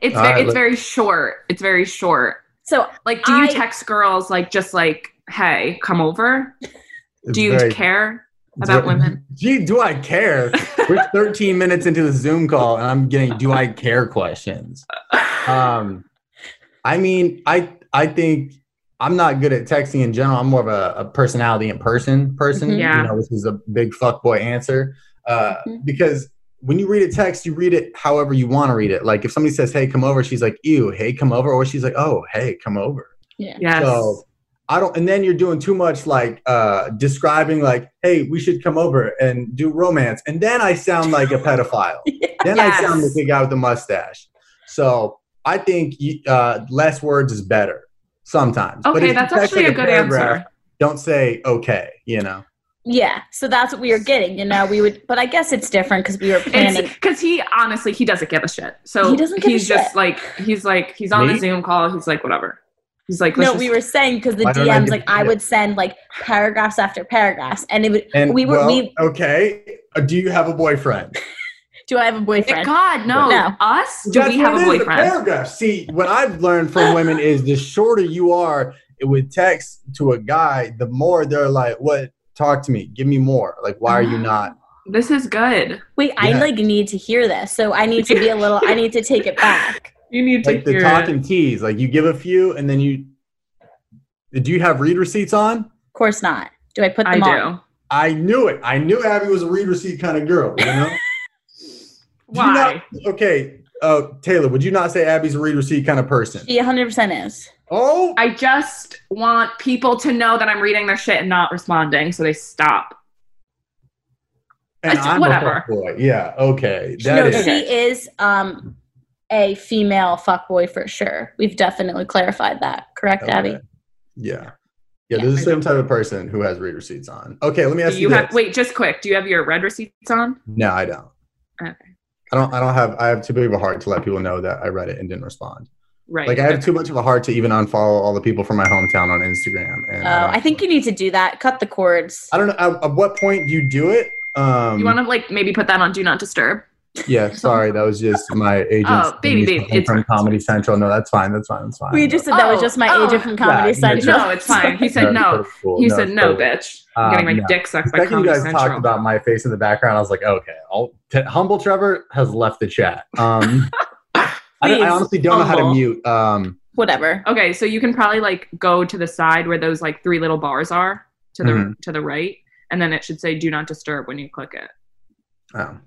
Speaker 3: It's
Speaker 7: All
Speaker 3: very,
Speaker 7: right,
Speaker 3: it's
Speaker 7: let-
Speaker 3: very short. It's very short.
Speaker 6: so
Speaker 3: Like, do you
Speaker 6: I-
Speaker 3: text girls like just like, hey, come over?
Speaker 7: It's
Speaker 3: Do you
Speaker 7: very-
Speaker 3: care?
Speaker 7: it's
Speaker 3: about
Speaker 7: very-
Speaker 3: women?
Speaker 7: Gee, do I care? We're 13 minutes into the Zoom call, and I'm getting "Do I care?" questions. Um, I mean, I I think I'm not good at texting in general. I'm more of a, a personality in person person.
Speaker 6: Mhm.
Speaker 3: Yeah.
Speaker 7: you know, which is a big fuckboy answer. Uh,
Speaker 3: Hmm.
Speaker 6: Mhm.
Speaker 7: Because when you read a text, you read it however you want to read it. Like if somebody says "Hey, come over," she's like "Ew, hey, come over," or she's like "Oh, hey, come over."
Speaker 6: yeah,
Speaker 3: Yes.
Speaker 7: So I don't, and then you're doing too much like uh, describing like, hey, we should come over and do romance, and then I sound like a pedophile. Then I sound like
Speaker 3: Yes.
Speaker 7: the guy with the mustache. So I think you, uh, less words is better sometimes. But if
Speaker 3: okay,
Speaker 7: you
Speaker 3: that's
Speaker 7: text,
Speaker 3: actually
Speaker 7: like,
Speaker 3: a good
Speaker 7: paragraph,
Speaker 3: answer.
Speaker 7: Don't say okay, you know.
Speaker 6: yeah. So that's what we were getting. You know, we would, but I guess it's different because we were planning.
Speaker 3: because he honestly he doesn't give a shit. So
Speaker 6: He doesn't give a
Speaker 3: he's just
Speaker 6: shit.
Speaker 3: like he's like he's on
Speaker 7: Me?
Speaker 3: the Zoom call. He's like whatever. He's like
Speaker 6: No,
Speaker 3: let's
Speaker 6: we
Speaker 3: just-
Speaker 6: were saying because the
Speaker 7: Why don't I
Speaker 6: DMs,
Speaker 7: get
Speaker 6: like
Speaker 7: to
Speaker 6: I
Speaker 7: see it?
Speaker 6: would send like paragraphs after paragraphs, and it would.
Speaker 7: And
Speaker 6: we were.
Speaker 7: well,
Speaker 6: we
Speaker 7: okay. uh, Do you have a boyfriend?
Speaker 6: do I have a boyfriend?
Speaker 3: God no,
Speaker 6: No.
Speaker 3: us do we have
Speaker 7: what it
Speaker 3: a
Speaker 7: is, the
Speaker 3: boyfriend?
Speaker 7: paragraph. See, what I've learned from women is the shorter you are with text to a guy, the more they're like, "What? Talk to me. Give me more. Like, why are you not?"
Speaker 3: This is good.
Speaker 6: Wait, I
Speaker 7: Yeah.
Speaker 6: like need to hear this. So I need to be a little I need to take it back.
Speaker 3: You need to
Speaker 7: Like the
Speaker 3: hear
Speaker 7: talk
Speaker 3: it.
Speaker 7: and tease. Like you give a few and then you do you have read receipts on?
Speaker 6: Of course not. Do I put
Speaker 3: I
Speaker 6: them on?
Speaker 3: do.
Speaker 7: I knew it. I knew Abby was a read receipt kind of girl, you know? Do you
Speaker 3: Why?
Speaker 7: not- okay. Uh, Taylor, would you not say Abby's a read receipt kind of person?
Speaker 6: She 100% is.
Speaker 7: Oh,
Speaker 3: I just want people to know that I'm reading their shit and not responding, so they stop.
Speaker 7: and
Speaker 3: I-
Speaker 7: I'm
Speaker 3: whatever.
Speaker 7: a fuckboy. Yeah. Okay. That
Speaker 6: no,
Speaker 7: is.
Speaker 6: she is um a female fuckboy for sure. We've definitely clarified that. Correct,
Speaker 7: Okay.
Speaker 6: Abby?
Speaker 7: Yeah. Yeah, there's the same type of person who has read receipts on. Okay, let me ask
Speaker 3: do
Speaker 7: you,
Speaker 3: you have
Speaker 7: this.
Speaker 3: wait, just quick. Do you have your red receipts on?
Speaker 7: No, I don't.
Speaker 3: Okay.
Speaker 7: I don't I don't have I have too big of a heart to let people know that I read it and didn't respond.
Speaker 3: Right.
Speaker 7: Like I have too much of a heart to even unfollow all the people from my hometown on Instagram. And
Speaker 6: Oh, I think you need to do that. Cut the cords.
Speaker 7: I don't know at, at what point do you do it? Um
Speaker 3: you want to like maybe put that on do not disturb?
Speaker 7: Yeah, sorry, that was just my agent.
Speaker 3: Oh, baby, baby, it's
Speaker 7: from
Speaker 3: fine.
Speaker 7: Comedy Central. No, that's fine. That's fine. That's fine.
Speaker 6: We just said that was
Speaker 3: Oh,
Speaker 6: just my
Speaker 3: oh.
Speaker 6: agent from Comedy
Speaker 7: Yeah, you're
Speaker 6: Central.
Speaker 3: No, it's fine. He said no.
Speaker 7: it's cool.
Speaker 3: He
Speaker 7: No,
Speaker 3: said
Speaker 7: it's
Speaker 3: no,
Speaker 7: cool.
Speaker 3: bitch. I'm getting my
Speaker 7: Um, no.
Speaker 3: dick sucked
Speaker 7: The
Speaker 3: by
Speaker 7: second you
Speaker 3: Comedy
Speaker 7: guys
Speaker 3: Central.
Speaker 7: talked about my face in the background, I was like, okay, I'll t- humble Trevor has left the chat. Um, I, don't- I
Speaker 6: Please,
Speaker 7: honestly don't know how to
Speaker 3: humble.
Speaker 7: mute. Um,
Speaker 6: Whatever.
Speaker 3: okay, so you can probably like go to the side where those like three little bars are to the
Speaker 7: Mhm.
Speaker 3: to the right, and then it should say do not disturb when you click it.
Speaker 7: oh.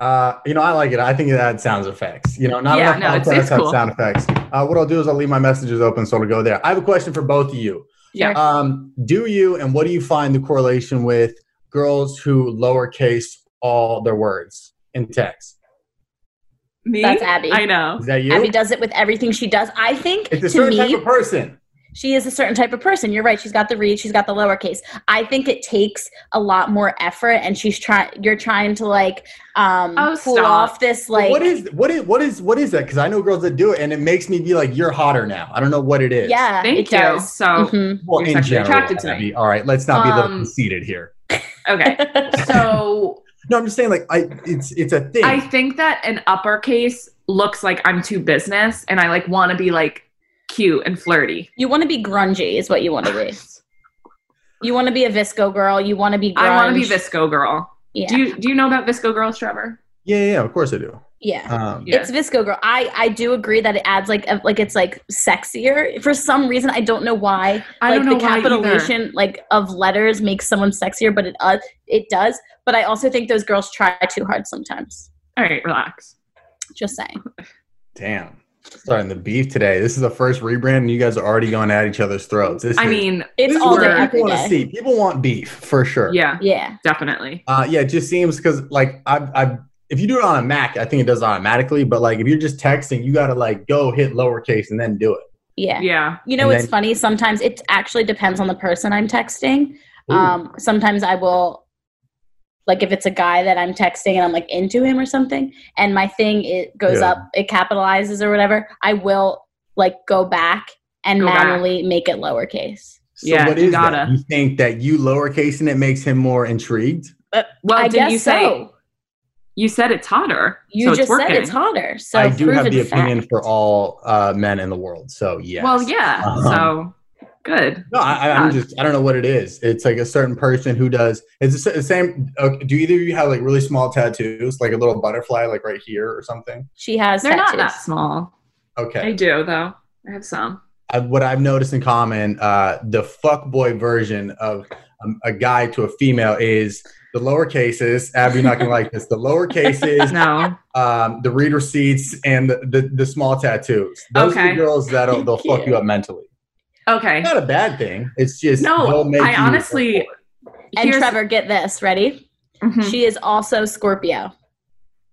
Speaker 7: Uh, you know, I like it. I think it adds sound effects. You know, not
Speaker 3: Yeah,
Speaker 7: enough
Speaker 3: no, it's-
Speaker 7: podcasts
Speaker 3: it's
Speaker 7: have
Speaker 3: cool.
Speaker 7: sound effects. Uh, what I'll do is I'll leave my messages open, so it'll go there. I have a question for both of you.
Speaker 3: Yeah.
Speaker 7: Um, do you and what do you find the correlation with girls who lowercase all their words in text?
Speaker 3: Me?
Speaker 6: That's Abby.
Speaker 3: I know.
Speaker 7: Is that you?
Speaker 6: Abby does it with everything she does. I think
Speaker 7: it's a
Speaker 6: to
Speaker 7: certain
Speaker 6: me,
Speaker 7: type of person.
Speaker 6: she is a certain type of person. You're right. She's got the read. She's got the lowercase. I think it takes a lot more effort, and she's trying. You're trying to like um,
Speaker 3: Oh,
Speaker 6: pull
Speaker 3: stop.
Speaker 6: off this
Speaker 7: But
Speaker 6: like.
Speaker 7: what is what is what is what is that? Because I know girls that do it, and it makes me be like, "You're hotter now." I don't know what it is.
Speaker 6: Yeah,
Speaker 3: Thank you. Oh,
Speaker 6: it does.
Speaker 3: So
Speaker 6: Mhm.
Speaker 7: Well,
Speaker 3: You're
Speaker 7: in
Speaker 3: sexually
Speaker 7: general,
Speaker 3: attracted to me.
Speaker 7: Abby, all right, let's not be a little
Speaker 3: Um,
Speaker 7: conceited here.
Speaker 3: okay. So
Speaker 7: No, I'm just saying, like, I it's it's a thing.
Speaker 3: I think that an uppercase looks like I'm too business and I like want to be like cute and flirty.
Speaker 6: you want to be grungy, is what you want to be. You want to be a visco girl. You want to be. Grunge.
Speaker 3: I want to be Visco girl.
Speaker 6: Yeah,
Speaker 3: Do you do you know about Visco girls, Trevor?
Speaker 7: yeah, yeah, yeah, of course I do.
Speaker 6: yeah.
Speaker 7: Um,
Speaker 3: Yeah.
Speaker 6: It's visco girl. I I do agree that it adds like a, like it's like sexier for some reason. I don't know why.
Speaker 3: I
Speaker 6: like
Speaker 3: don't know
Speaker 6: the
Speaker 3: why either.
Speaker 6: capitalization like of letters makes someone sexier, but it uh, it does. But I also think those girls try too hard sometimes.
Speaker 3: All right, relax.
Speaker 6: Just saying.
Speaker 7: Damn, starting the beef today. This is the first rebrand, and you guys are already going at each other's throats. This
Speaker 3: I
Speaker 7: is-
Speaker 3: mean,
Speaker 6: It's
Speaker 7: this is
Speaker 6: all
Speaker 7: what
Speaker 6: day
Speaker 3: where
Speaker 7: people
Speaker 6: every
Speaker 7: want
Speaker 6: day.
Speaker 7: to see. People want beef for sure.
Speaker 3: yeah,
Speaker 6: Yeah.
Speaker 3: definitely.
Speaker 7: Uh, yeah, it just seems because like I've, I've if you do it on a Mac, I think it does automatically. But like if you're just texting, you gotta like go hit lowercase and then do it.
Speaker 6: Yeah.
Speaker 3: Yeah.
Speaker 6: You know,
Speaker 7: And
Speaker 6: it's
Speaker 7: then-
Speaker 6: funny. Sometimes it actually depends on the person I'm texting.
Speaker 7: Ooh.
Speaker 6: Um, sometimes I will, like, if it's a guy that I'm texting and I'm like into him or something, and my thing it goes
Speaker 7: Yeah.
Speaker 6: up, it capitalizes or whatever. I will like go back and
Speaker 3: Go back.
Speaker 6: manually make it lowercase.
Speaker 7: So
Speaker 3: Yeah,
Speaker 7: what
Speaker 3: you
Speaker 7: is that?
Speaker 3: gotta.
Speaker 7: You think that you lowercasing it makes him more intrigued?
Speaker 3: Well,
Speaker 6: I
Speaker 3: did
Speaker 6: guess
Speaker 3: you say
Speaker 6: so.
Speaker 3: you said it's hotter?
Speaker 6: You
Speaker 3: so
Speaker 6: just
Speaker 3: it's working.
Speaker 6: said it's hotter, so
Speaker 7: I do
Speaker 6: prove
Speaker 7: have
Speaker 6: it's
Speaker 7: the opinion
Speaker 6: fact.
Speaker 7: for all uh, men in the world. So yes. Uh-huh.
Speaker 3: Well, yeah. So good.
Speaker 7: No, I, I- I'm just I don't know what it is. It's like a certain person who does. It's the same. Okay, do either of you have like really small tattoos, like a little butterfly, like right here or something?
Speaker 6: She has
Speaker 3: They're not
Speaker 6: tattoos.
Speaker 3: that small.
Speaker 7: Okay.
Speaker 3: I do though. I have some.
Speaker 7: I, what I've noticed in common, uh, the fuckboy version of um, a guy to a female is the lower cases. Abby, you're not gonna like this. The lower cases,
Speaker 3: No.
Speaker 7: um, the reader seats, and the, the, the small tattoos. Those are
Speaker 3: Okay.
Speaker 7: the girls that'll they'll fuck
Speaker 6: Cute.
Speaker 7: you up mentally.
Speaker 3: Okay.
Speaker 7: Not a bad thing. It's just
Speaker 3: No,
Speaker 7: they'll make
Speaker 3: I
Speaker 7: you
Speaker 3: honestly-
Speaker 7: work for
Speaker 6: and
Speaker 3: Here's-
Speaker 6: Trevor, get this ready.
Speaker 3: Mhm.
Speaker 6: She is also Scorpio.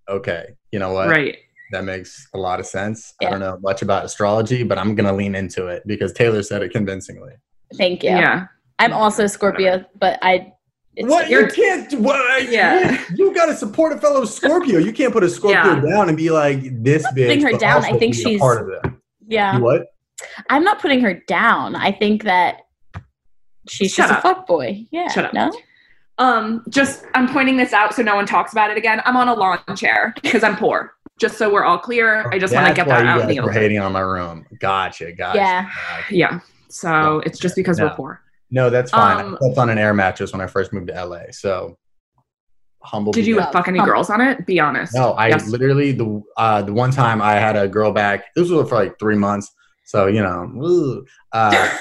Speaker 7: it. okay. You know what?
Speaker 3: Right.
Speaker 7: That makes a lot of sense.
Speaker 6: Yeah.
Speaker 7: I don't know much about astrology, but I'm gonna lean into it because Taylor said it convincingly.
Speaker 6: Thank you.
Speaker 3: Yeah.
Speaker 6: I'm also Scorpio, but I. It's
Speaker 7: what you
Speaker 3: you're-
Speaker 7: can't what,
Speaker 3: Yeah.
Speaker 7: you- you got to support a fellow Scorpio. You can't put a Scorpio
Speaker 3: Yeah.
Speaker 7: down and be like this bitch.
Speaker 6: putting her
Speaker 7: but
Speaker 6: down.
Speaker 7: also
Speaker 6: I think
Speaker 7: be a
Speaker 6: she's-
Speaker 7: part of them.
Speaker 6: Yeah.
Speaker 7: You What?
Speaker 6: I'm not putting her down. I think that she's
Speaker 3: Shut
Speaker 6: just a fuck boy. Yeah.
Speaker 3: Shut up.
Speaker 6: No?
Speaker 3: Um, just I'm pointing this out so no one talks about it again. I'm on a lawn chair because I'm poor. Just so we're all clear, I just want to
Speaker 7: That's
Speaker 3: get
Speaker 7: why
Speaker 3: that
Speaker 7: you
Speaker 3: out in
Speaker 7: guys
Speaker 3: the
Speaker 7: were
Speaker 3: open.
Speaker 7: hating on my room. Gotcha. Gotcha.
Speaker 6: Yeah.
Speaker 7: gotcha.
Speaker 3: Yeah. So it's just because
Speaker 7: No.
Speaker 3: we're poor.
Speaker 7: No, that's fine.
Speaker 3: Um,
Speaker 7: I slept on an air mattress when I first moved to LA. So humble.
Speaker 3: Did you
Speaker 7: beginning.
Speaker 3: fuck any
Speaker 6: Um,
Speaker 3: girls on it? Be honest.
Speaker 7: No, I
Speaker 3: Yes.
Speaker 7: literally the uh, the one time I had a girl back. This was for like three months, so you know, woo. uh,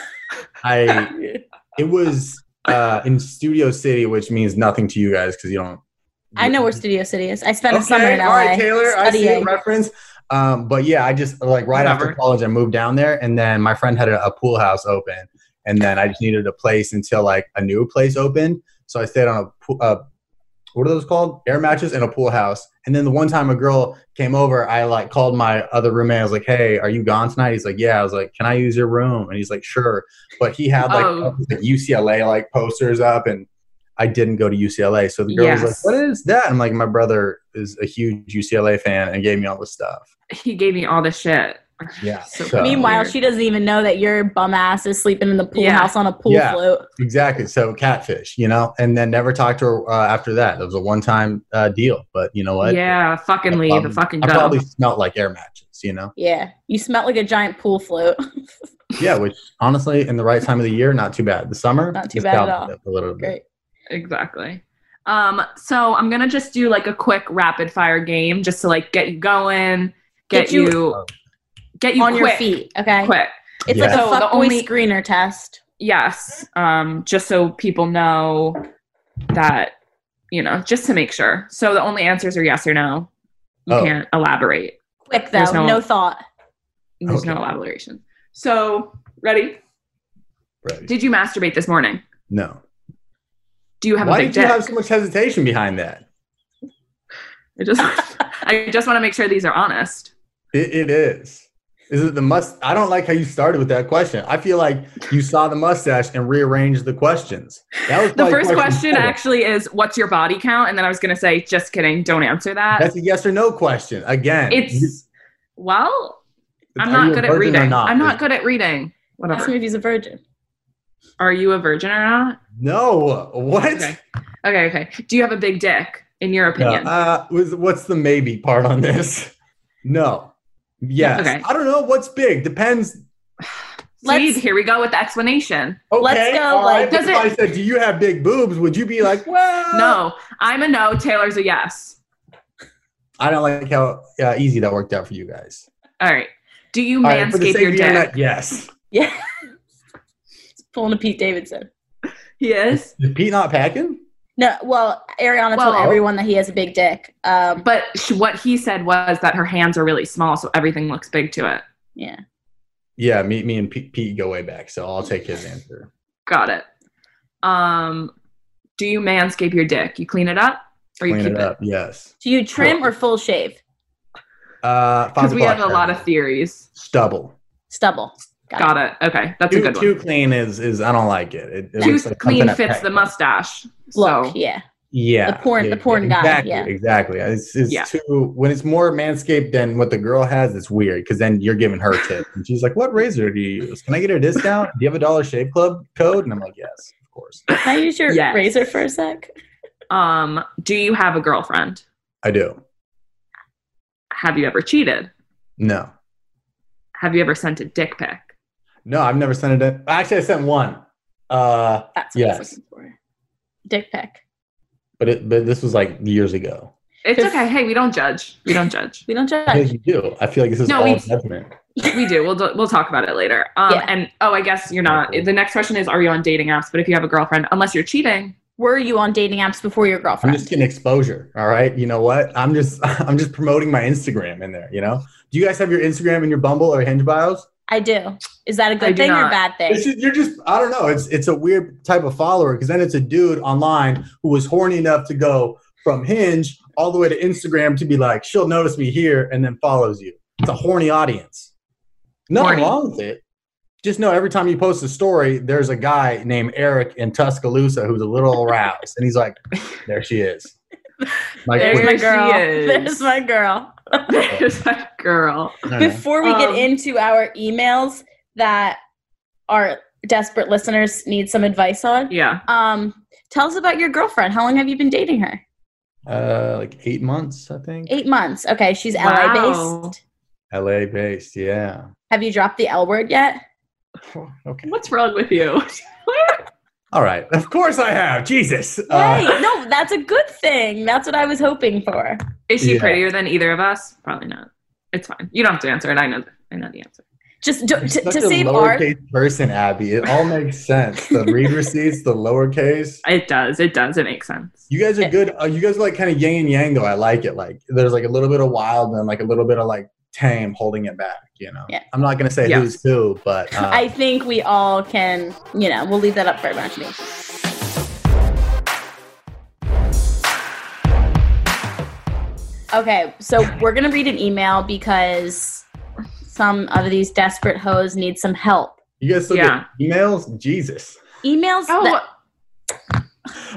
Speaker 7: I it was uh, in Studio City, which means nothing to you guys because you don't.
Speaker 6: I know where Studio City is. I spent
Speaker 7: Okay,
Speaker 6: a summer in LA.
Speaker 7: all right, Taylor, I see
Speaker 6: studying.
Speaker 7: the reference. Um, but yeah, I just like right after
Speaker 3: Whatever.
Speaker 7: college, I moved down there, and then my friend had a, a pool house open, and then I just needed a place until like a new place opened. So I stayed on a pool. Uh, what are those called? Air matches and a pool house. And then the one time a girl came over, I like called my other roommate. I was like, "Hey, are you gone tonight?" He's like, "Yeah." I was like, "Can I use your room?" And he's like, "Sure." But he had like
Speaker 3: Oh.
Speaker 7: the UCLA like posters up, and I didn't go to UCLA. So the girl was
Speaker 3: Yes.
Speaker 7: like, "What is that?" I'm like, "My brother is a huge UCLA fan and gave me all this stuff."
Speaker 3: He gave me all this shit.
Speaker 7: Yeah.
Speaker 3: So-
Speaker 7: So-
Speaker 6: Meanwhile,
Speaker 3: Weird.
Speaker 6: she doesn't even know that your bum ass is sleeping in the pool
Speaker 3: Yeah.
Speaker 6: house on a pool
Speaker 7: Yeah.
Speaker 6: float.
Speaker 7: Exactly. So catfish, you know, and then never talked to her uh, after that. It was a one-time uh, deal, but you know what?
Speaker 3: Yeah, fucking
Speaker 7: I
Speaker 3: leave
Speaker 7: probably-
Speaker 3: the fucking
Speaker 7: I
Speaker 3: go.
Speaker 7: probably smelled like air matches, you know.
Speaker 6: Yeah, you smelt like a giant pool float.
Speaker 7: Yeah, which honestly, in the right time of the year, not too bad. The summer,
Speaker 6: Not too
Speaker 7: just
Speaker 6: bad at
Speaker 7: down
Speaker 6: all.
Speaker 7: A little bit.
Speaker 6: Great.
Speaker 3: exactly. Um, so I'm gonna just do like a quick rapid fire game just to like get you going, get,
Speaker 6: Get
Speaker 3: you,
Speaker 6: you-
Speaker 7: Oh.
Speaker 3: get you
Speaker 6: on your
Speaker 3: quick,
Speaker 6: feet. Okay,
Speaker 3: Quick.
Speaker 6: it's
Speaker 7: Yeah.
Speaker 6: like a
Speaker 3: So the
Speaker 6: fuckboy
Speaker 3: only-
Speaker 6: screener test.
Speaker 3: Yes. Um, just so people know that, you know, just to make sure. So the only answers are yes or no. You
Speaker 7: Oh.
Speaker 3: can't elaborate.
Speaker 6: Quick though,
Speaker 3: There's
Speaker 6: no,
Speaker 3: no-
Speaker 6: thought.
Speaker 3: There's no
Speaker 7: Okay.
Speaker 3: elaboration. So ready?
Speaker 7: Right.
Speaker 3: Did you masturbate this morning?
Speaker 7: No.
Speaker 3: Do you have
Speaker 7: Why
Speaker 3: a
Speaker 7: did
Speaker 3: big
Speaker 7: you
Speaker 3: dick?
Speaker 7: have so much hesitation behind that?
Speaker 3: I just I just want to make sure these are honest.
Speaker 7: It, it is. Is it the must? I don't like how you started with that question. I feel like you saw the mustache and rearranged the questions. That was
Speaker 3: The
Speaker 7: probably
Speaker 3: first question
Speaker 7: four.
Speaker 3: actually is what's your body count? And then I was gonna say, just kidding, don't answer that.
Speaker 7: That's a yes or no question. Again,
Speaker 3: it's well, I'm
Speaker 7: Are
Speaker 3: not
Speaker 7: you a
Speaker 3: good at
Speaker 7: virgin or
Speaker 3: reading.
Speaker 7: not?
Speaker 3: I'm not good at
Speaker 6: Ask
Speaker 3: reading.
Speaker 6: me
Speaker 3: Whatever.
Speaker 6: if he's a virgin.
Speaker 3: Are you a virgin or not?
Speaker 7: no. What?
Speaker 3: Okay. Okay, okay. Do you have a big dick, in your
Speaker 7: No.
Speaker 3: opinion?
Speaker 7: Uh, was what's the maybe part on this? No. Yes.
Speaker 3: Okay.
Speaker 7: I don't know. What's big depends.
Speaker 3: See,
Speaker 6: let's-
Speaker 3: here we go with the explanation.
Speaker 7: Okay,
Speaker 6: Let's go,
Speaker 7: all right,
Speaker 6: like-
Speaker 7: but
Speaker 3: Does
Speaker 7: if I said, "Do you have big boobs?" Would you be like, "Well,
Speaker 3: No, I'm a no. Taylor's a yes.
Speaker 7: I don't like how uh, easy that worked out for you guys.
Speaker 3: All right. Do you
Speaker 7: All right, for the
Speaker 3: manscape
Speaker 7: sake
Speaker 3: your
Speaker 7: of
Speaker 3: dick?
Speaker 7: the internet, yes.
Speaker 6: Yeah, It's pulling a Pete Davidson.
Speaker 3: He is,
Speaker 7: Is Pete not packing?
Speaker 6: No, well, Ariana
Speaker 3: Well-
Speaker 6: told everyone that he has a big dick. Um,
Speaker 3: but sh- what he said was that her hands are really small, so everything looks big to it.
Speaker 6: yeah,
Speaker 7: Yeah, me, me and Pete, Pete go way back, so I'll take his answer.
Speaker 3: Got it. Um, do you manscape your dick? You clean it up, or you
Speaker 7: Clean
Speaker 3: keep
Speaker 7: it up, yes.
Speaker 6: do you trim or full shave?
Speaker 7: Uh,
Speaker 3: Because we have a lot of theories.
Speaker 7: stubble.
Speaker 6: Stubble. Got
Speaker 3: Got it. Okay, that's a
Speaker 7: Too,
Speaker 3: good
Speaker 7: too
Speaker 3: one.
Speaker 7: clean is is I don't like it. It, it
Speaker 3: Too
Speaker 7: looks like
Speaker 3: clean
Speaker 7: something I
Speaker 3: fits
Speaker 7: packed.
Speaker 3: the mustache.
Speaker 6: Look,
Speaker 3: So
Speaker 6: yeah,
Speaker 7: Yeah,
Speaker 6: The porn-
Speaker 7: yeah,
Speaker 6: the porn
Speaker 7: yeah,
Speaker 6: guy,
Speaker 7: Exactly,
Speaker 6: yeah.
Speaker 7: exactly. It's, it's
Speaker 3: Yeah.
Speaker 7: too when it's more manscaped than what the girl has. It's weird because then you're giving her tip, and she's like, "What razor do you use? Can I get a discount? do you have a Dollar Shave Club code?" And I'm like, "Yes, of course,
Speaker 6: can I use your
Speaker 3: Yes.
Speaker 6: razor for a sec?
Speaker 3: um, do you have a girlfriend?
Speaker 7: I do."
Speaker 3: Have you ever cheated?
Speaker 7: No,
Speaker 3: Have you ever sent a dick pic?
Speaker 7: no, I've never sent it. In. Actually, I sent one, uh,
Speaker 6: That's what I
Speaker 7: Yes.
Speaker 6: was looking for. Dick pic.
Speaker 7: but it, but this was like years ago.
Speaker 3: It's
Speaker 6: If-
Speaker 3: okay. Hey, we don't judge. We don't judge.
Speaker 6: We don't
Speaker 7: I
Speaker 6: judge.
Speaker 7: think you do. I feel like this is
Speaker 3: No,
Speaker 7: all
Speaker 3: we-
Speaker 7: judgment.
Speaker 3: We do. We'll do- we'll talk about it later. Um,
Speaker 6: Yeah.
Speaker 3: And oh, I guess you're not. The next question is: Are you on dating apps? But if you have a girlfriend, unless you're cheating,
Speaker 6: Were you on dating apps before your
Speaker 7: I'm
Speaker 6: girlfriend?
Speaker 7: just getting exposure. All right, you know what? I'm just I'm just promoting my Instagram in there. You know, do you guys have your Instagram and your Bumble or Hinge bios?
Speaker 6: I do. Is that a
Speaker 3: I
Speaker 6: good
Speaker 3: do
Speaker 6: thing or
Speaker 3: not.
Speaker 6: a bad thing?
Speaker 7: It's just, you're just I don't know. It's it's a weird type of follower because then it's a dude online who was horny enough to go from Hinge all the way to Instagram to be like, she'll notice me here, and then follows you. It's a horny audience. Nothing
Speaker 3: Horny.
Speaker 7: wrong with it. Just know every time you post a story, there's a guy named Eric in Tuscaloosa who's a little aroused, and he's like, "There she is." Like,
Speaker 3: There
Speaker 6: There's my
Speaker 3: she
Speaker 6: girl.
Speaker 3: is.
Speaker 6: There's my girl.
Speaker 3: there's that girl.
Speaker 7: I don't know.
Speaker 6: Before we
Speaker 3: Um,
Speaker 6: get into our emails that our desperate listeners need some advice on,
Speaker 3: Yeah.
Speaker 6: um, tell us about your girlfriend. How long have you been dating her?
Speaker 7: uh, like eight months, I think.
Speaker 6: Eight months. Okay, she's
Speaker 3: Wow.
Speaker 6: LA based.
Speaker 7: LA based, yeah.
Speaker 6: Have you dropped the L word yet?
Speaker 7: Okay.
Speaker 3: What's wrong with you?
Speaker 7: All right. Of course I have. Jesus.
Speaker 6: Hey,
Speaker 7: Uh,
Speaker 6: no, that's a good thing. That's what I was hoping for.
Speaker 3: Is she
Speaker 7: Yeah.
Speaker 3: prettier than either of us? Probably not. It's fine. You don't have to answer it. I know. I know the answer.
Speaker 6: Just to, to,
Speaker 7: such
Speaker 6: to
Speaker 7: a
Speaker 6: save our
Speaker 7: lowercase person, Abby. It all makes sense. The read receipts, the lowercase.
Speaker 3: It does. It does. It makes sense.
Speaker 7: You guys are good. Uh, you guys are like kind of yin and yang though. I like it. Like there's like a little bit of wild and like a little bit of like tame holding it back. You know.
Speaker 6: Yeah.
Speaker 7: I'm not gonna say
Speaker 3: Yeah.
Speaker 7: who's who, but uh,
Speaker 6: I think we all can, you know, we'll leave that up for imagination. Okay, so we're gonna read an email because some of these desperate hoes need some help.
Speaker 7: you guys still
Speaker 3: Yeah.
Speaker 7: get emails. Jesus.
Speaker 6: Emails
Speaker 3: Oh,
Speaker 6: that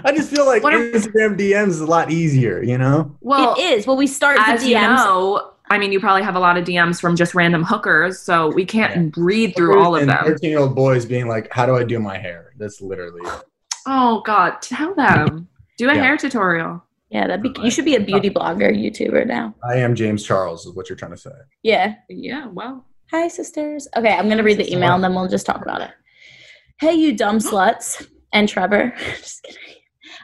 Speaker 7: I just feel like
Speaker 3: What are-
Speaker 7: Instagram DMs is a lot easier. You know.
Speaker 3: well,
Speaker 6: it is. Well, we start
Speaker 3: as
Speaker 6: the DMs.
Speaker 3: you know, I mean, you probably have a lot of DMs from just random hookers, so we can't read through all of
Speaker 7: And
Speaker 3: them.
Speaker 7: 13 year old boys being like, "How do I do my hair?" That's literally. it.
Speaker 3: Oh God, tell them. Do a
Speaker 7: Yeah.
Speaker 3: hair tutorial.
Speaker 6: yeah, that'd be. You should be a beauty blogger, YouTuber now.
Speaker 7: I am James Charles, is what you're trying to say.
Speaker 6: Yeah.
Speaker 3: Yeah. Well.
Speaker 6: Hi, sisters. Okay, I'm going to read the email and then we'll just talk about it. Hey, you dumb sluts and Trevor. just kidding.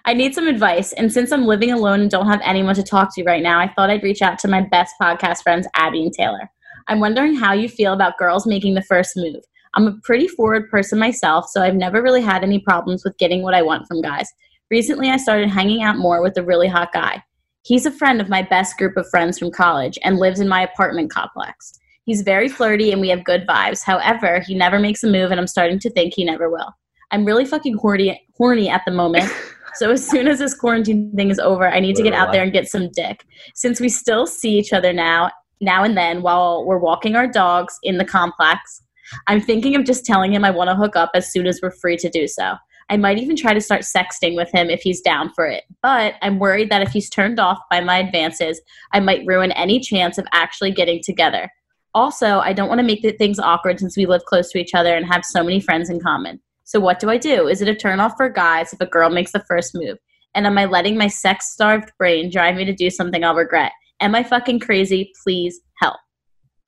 Speaker 6: I need some advice. And since I'm living alone and don't have anyone to talk to right now, I thought I'd reach out to my best podcast friends, Abby and Taylor. I'm wondering how you feel about girls making the first move. I'm a pretty forward person myself, so I've never really had any problems with getting what I want from guys. Recently, I started hanging out more with a really hot guy. He's a friend of my best group of friends from college and lives in my apartment complex. He's very flirty and we have good vibes. However, he never makes a move and I'm starting to think he never will. I'm really fucking horny, horny at the moment. So as soon as this quarantine thing is over, I need to get out there and get some dick. Since we still see each other now, now and then while we're walking our dogs in the complex, I'm thinking of just telling him I want to hook up as soon as we're free to do so. I might even try to start sexting with him if he's down for it. But I'm worried that if he's turned off by my advances, I might ruin any chance of actually getting together. Also, I don't want to make th- things awkward since we live close to each other and have so many friends in common. So, what do I do? Is it a turnoff for guys if a girl makes the first move? And am I letting my sex starved brain drive me to do something I'll regret? Am I fucking crazy? Please help.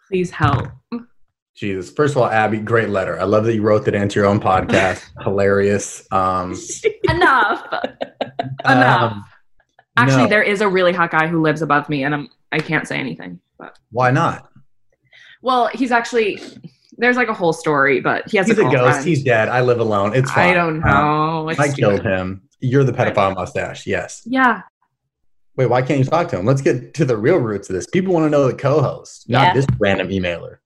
Speaker 3: Please help.
Speaker 7: Jesus. First of all, Abby, great letter. I love that you wrote that into your own podcast. Hilarious. Um,
Speaker 3: Enough. Enough.
Speaker 7: um,
Speaker 3: Actually,
Speaker 7: no.
Speaker 3: there is a really hot guy who lives above me, and I'm I can't say anything. But
Speaker 7: Why not?
Speaker 3: well, he's actually there's like a whole story, but he has
Speaker 7: He's a
Speaker 3: a girlfriend.
Speaker 7: ghost. He's dead. I live alone. It's fine.
Speaker 3: I
Speaker 7: Um,
Speaker 3: don't know. It's
Speaker 7: I killed
Speaker 3: stupid.
Speaker 7: him. You're the pedophile mustache. Yes.
Speaker 3: Yeah.
Speaker 7: Wait, why can't you talk to him? Let's get to the real roots of this. People want to know the co-host, not
Speaker 6: Yeah.
Speaker 7: this random emailer.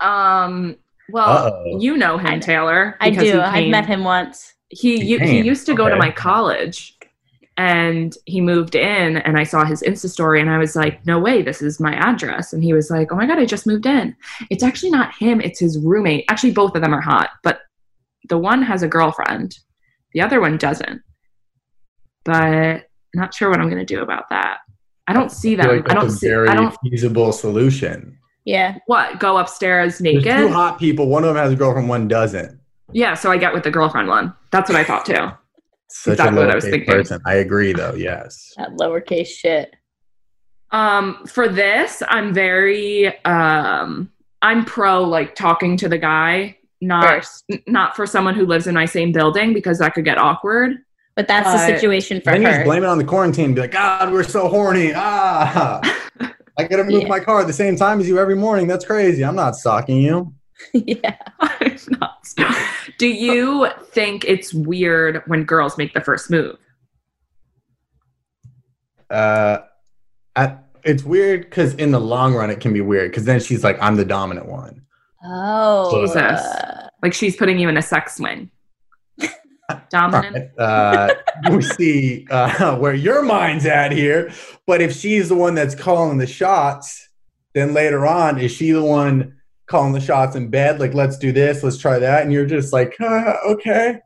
Speaker 3: Um. Well,
Speaker 7: Uh-oh.
Speaker 3: you know him,
Speaker 6: I-
Speaker 3: Taylor.
Speaker 6: I
Speaker 3: because he
Speaker 6: do. I've
Speaker 3: came-
Speaker 6: met him once.
Speaker 3: He
Speaker 7: He
Speaker 3: you, he
Speaker 7: came,
Speaker 3: used to go to
Speaker 7: okay.
Speaker 3: my college, and he moved in, and I saw his Insta story, and I was like, "No way, this is my address." And he was like, "Oh my god, I just moved in." It's actually not him; it's his roommate. Actually, both of them are hot, but the one has a girlfriend, the other one doesn't. But not sure what I'm going to do about that. I don't see
Speaker 7: feel
Speaker 3: them.
Speaker 7: like
Speaker 3: I don't
Speaker 7: that's a
Speaker 3: see.
Speaker 7: very
Speaker 3: I don't.
Speaker 7: feasible solution.
Speaker 6: Yeah.
Speaker 3: What go upstairs
Speaker 7: There's
Speaker 3: naked?
Speaker 7: two hot people. One of them has a girlfriend. One doesn't.
Speaker 3: Yeah, so I get with the girlfriend one. That's what I thought too.
Speaker 7: Such
Speaker 3: Exactly
Speaker 7: a
Speaker 3: what I was
Speaker 7: low
Speaker 3: thinking.
Speaker 7: person. I agree, though. Yes.
Speaker 6: That lowercase shit.
Speaker 3: Um, for this, I'm very um I'm pro like talking to the guy, not
Speaker 6: First.
Speaker 3: n- not for someone who lives in my same building because that could get awkward.
Speaker 6: But that's
Speaker 3: But-
Speaker 6: the situation for
Speaker 7: Then you
Speaker 6: her.
Speaker 7: just blame it on the quarantine. Be like, God, we're so horny. Ah, I gotta move
Speaker 6: Yeah.
Speaker 7: my car at the same time as you every morning. That's crazy. I'm not stalking you.
Speaker 6: yeah.
Speaker 3: I'm not- Do you think it's weird when girls make the first move?
Speaker 7: Uh, I, it's weird because in the long run, it can be weird because then she's like, I'm the dominant one.
Speaker 6: Oh.
Speaker 3: Jesus.
Speaker 6: uh,
Speaker 3: Like she's putting you in a sex swing. Dominant.
Speaker 7: Uh, we see uh, where your mind's at here. But if she's the one that's calling the shots, then later on, is she the one calling the shots in bed? Like, let's do this, let's try that. And you're just like, "Huh, okay.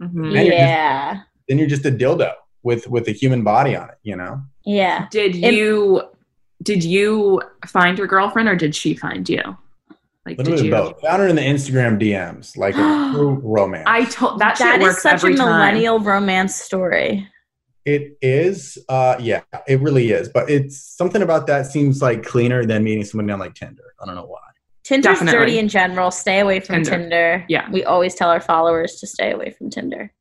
Speaker 3: Mhm.
Speaker 7: you're just-
Speaker 6: yeah.
Speaker 7: Then you're just a dildo with with a human body on it, you know?
Speaker 6: Yeah.
Speaker 3: Did
Speaker 6: And-
Speaker 3: you did you find your girlfriend or did she find you? Like
Speaker 7: A little bit
Speaker 3: did
Speaker 7: of
Speaker 3: you?
Speaker 7: both. Found her in the Instagram DMs, like a true romance.
Speaker 3: I told that,
Speaker 6: that
Speaker 3: shit
Speaker 6: is
Speaker 3: works
Speaker 6: such a
Speaker 3: every time.
Speaker 6: millennial romance story.
Speaker 7: It is, uh, yeah, it really is. But it's something about that seems like cleaner than meeting somebody on like Tinder. I don't know why.
Speaker 6: Tinder's
Speaker 3: Definitely.
Speaker 6: dirty in general. Stay away from
Speaker 3: Tinder.
Speaker 6: Tinder.
Speaker 3: Yeah.
Speaker 6: We always tell our followers to stay away from Tinder.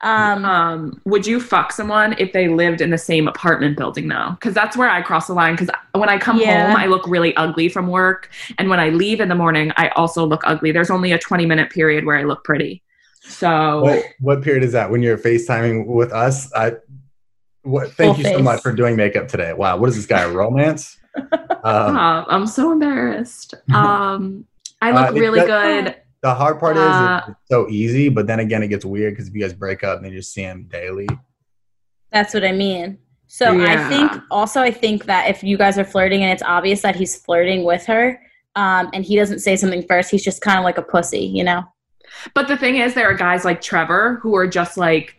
Speaker 6: Um,
Speaker 3: Um, would you fuck someone if they lived in the same apartment building though? Because that's where I cross the line. Because when I come
Speaker 6: Yeah.
Speaker 3: home, I look really ugly from work, and when I leave in the morning, I also look ugly. There's only a 20 minute period where I look pretty. So
Speaker 7: What, what period is that when you're FaceTiming with us? I what thank
Speaker 6: Full
Speaker 7: you so
Speaker 6: face.
Speaker 7: much for doing makeup today. Wow, what is this guy? a Romance? Um,
Speaker 3: Oh, I'm so embarrassed. Um, I
Speaker 7: Uh,
Speaker 3: look
Speaker 7: it
Speaker 3: really
Speaker 7: does-
Speaker 3: good.
Speaker 7: the hard part
Speaker 3: Uh,
Speaker 7: is it's so easy, but then again it gets weird because if you guys break up and you just see him daily.
Speaker 6: That's what I mean. So
Speaker 3: Yeah.
Speaker 6: I think also I think that if you guys are flirting and it's obvious that he's flirting with her, um, and he doesn't say something first, he's just kind of like a pussy, you know.
Speaker 3: But the thing is, there are guys like Trevor who are just like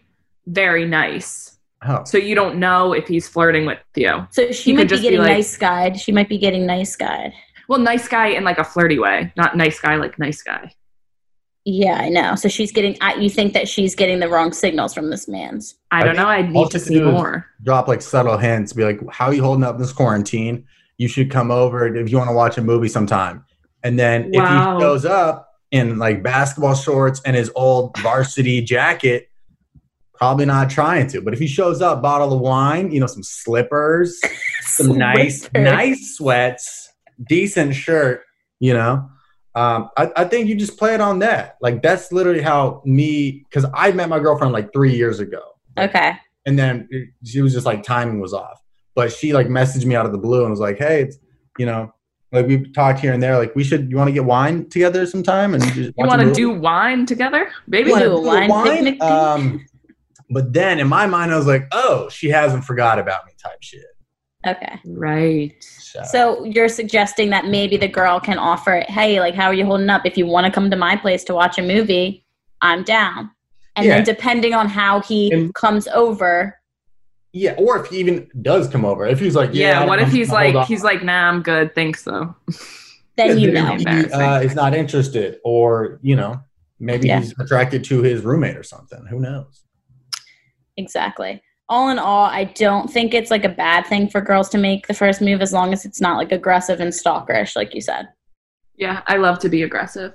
Speaker 3: very nice.
Speaker 7: Oh.
Speaker 3: So you don't know if he's flirting with you.
Speaker 6: So she
Speaker 3: You could
Speaker 6: might be
Speaker 3: just be
Speaker 6: getting
Speaker 3: like-
Speaker 6: nice guide. She might be getting nice guide.
Speaker 3: Well, nice guy in like a flirty way, not nice guy like nice guy.
Speaker 6: Yeah, I know. So she's getting. I- You think that she's getting the wrong signals from this man's?
Speaker 3: I
Speaker 7: I
Speaker 3: don't know.
Speaker 7: think
Speaker 3: I
Speaker 7: all
Speaker 3: need to
Speaker 7: she
Speaker 3: see
Speaker 7: could do is-
Speaker 3: more.
Speaker 7: Drop like subtle hints, be like, How you holding up in this quarantine? You should come over if you want to watch a movie sometime. And then if
Speaker 3: Wow.
Speaker 7: he shows up in like basketball shorts and his old varsity jacket, probably not trying to. But if he shows up, bottle of wine, you know, some slippers, some nice,
Speaker 6: Slippers.
Speaker 7: nice sweats, decent shirt, you know. Um, I, I think you just play it on that. Like that's literally how me, because I met my girlfriend like three years ago,
Speaker 6: Okay.
Speaker 7: and then it- she was just like timing was off. But she like messaged me out of the blue and was like, "Hey, it's you know, like we talked here and there. Like we should. You want to get wine together sometime? And just
Speaker 3: You want to do wine together? Baby,
Speaker 6: We
Speaker 7: wanna
Speaker 6: do a wine picnic thing?
Speaker 7: Um, but then in my mind, I was like, "Oh, she hasn't forgot about me," type shit.
Speaker 6: Okay.
Speaker 3: Right.
Speaker 7: So,
Speaker 6: So you're suggesting that maybe the girl can offer, hey, like, how are you holding up? If you want to come to my place to watch a movie, I'm down. And
Speaker 7: Yeah.
Speaker 6: then depending on how he
Speaker 7: And-
Speaker 6: comes over,
Speaker 7: yeah, or if he even does come over, if he's like,
Speaker 3: Yeah.
Speaker 7: "Yeah,",
Speaker 3: what if
Speaker 7: I'm-
Speaker 3: he's
Speaker 7: I'm hold
Speaker 3: like,
Speaker 7: on."
Speaker 3: he's like, nah, I'm good. Thanks though.
Speaker 6: then you
Speaker 7: Yeah,
Speaker 6: know.
Speaker 7: maybe he, uh, is not interested, or you know, maybe
Speaker 6: Yeah.
Speaker 7: he's attracted to his roommate or something. Who knows?
Speaker 6: Exactly. All in all, I don't think it's like a bad thing for girls to make the first move as long as it's not like aggressive and stalkerish, like you said.
Speaker 3: Yeah, I love to be aggressive.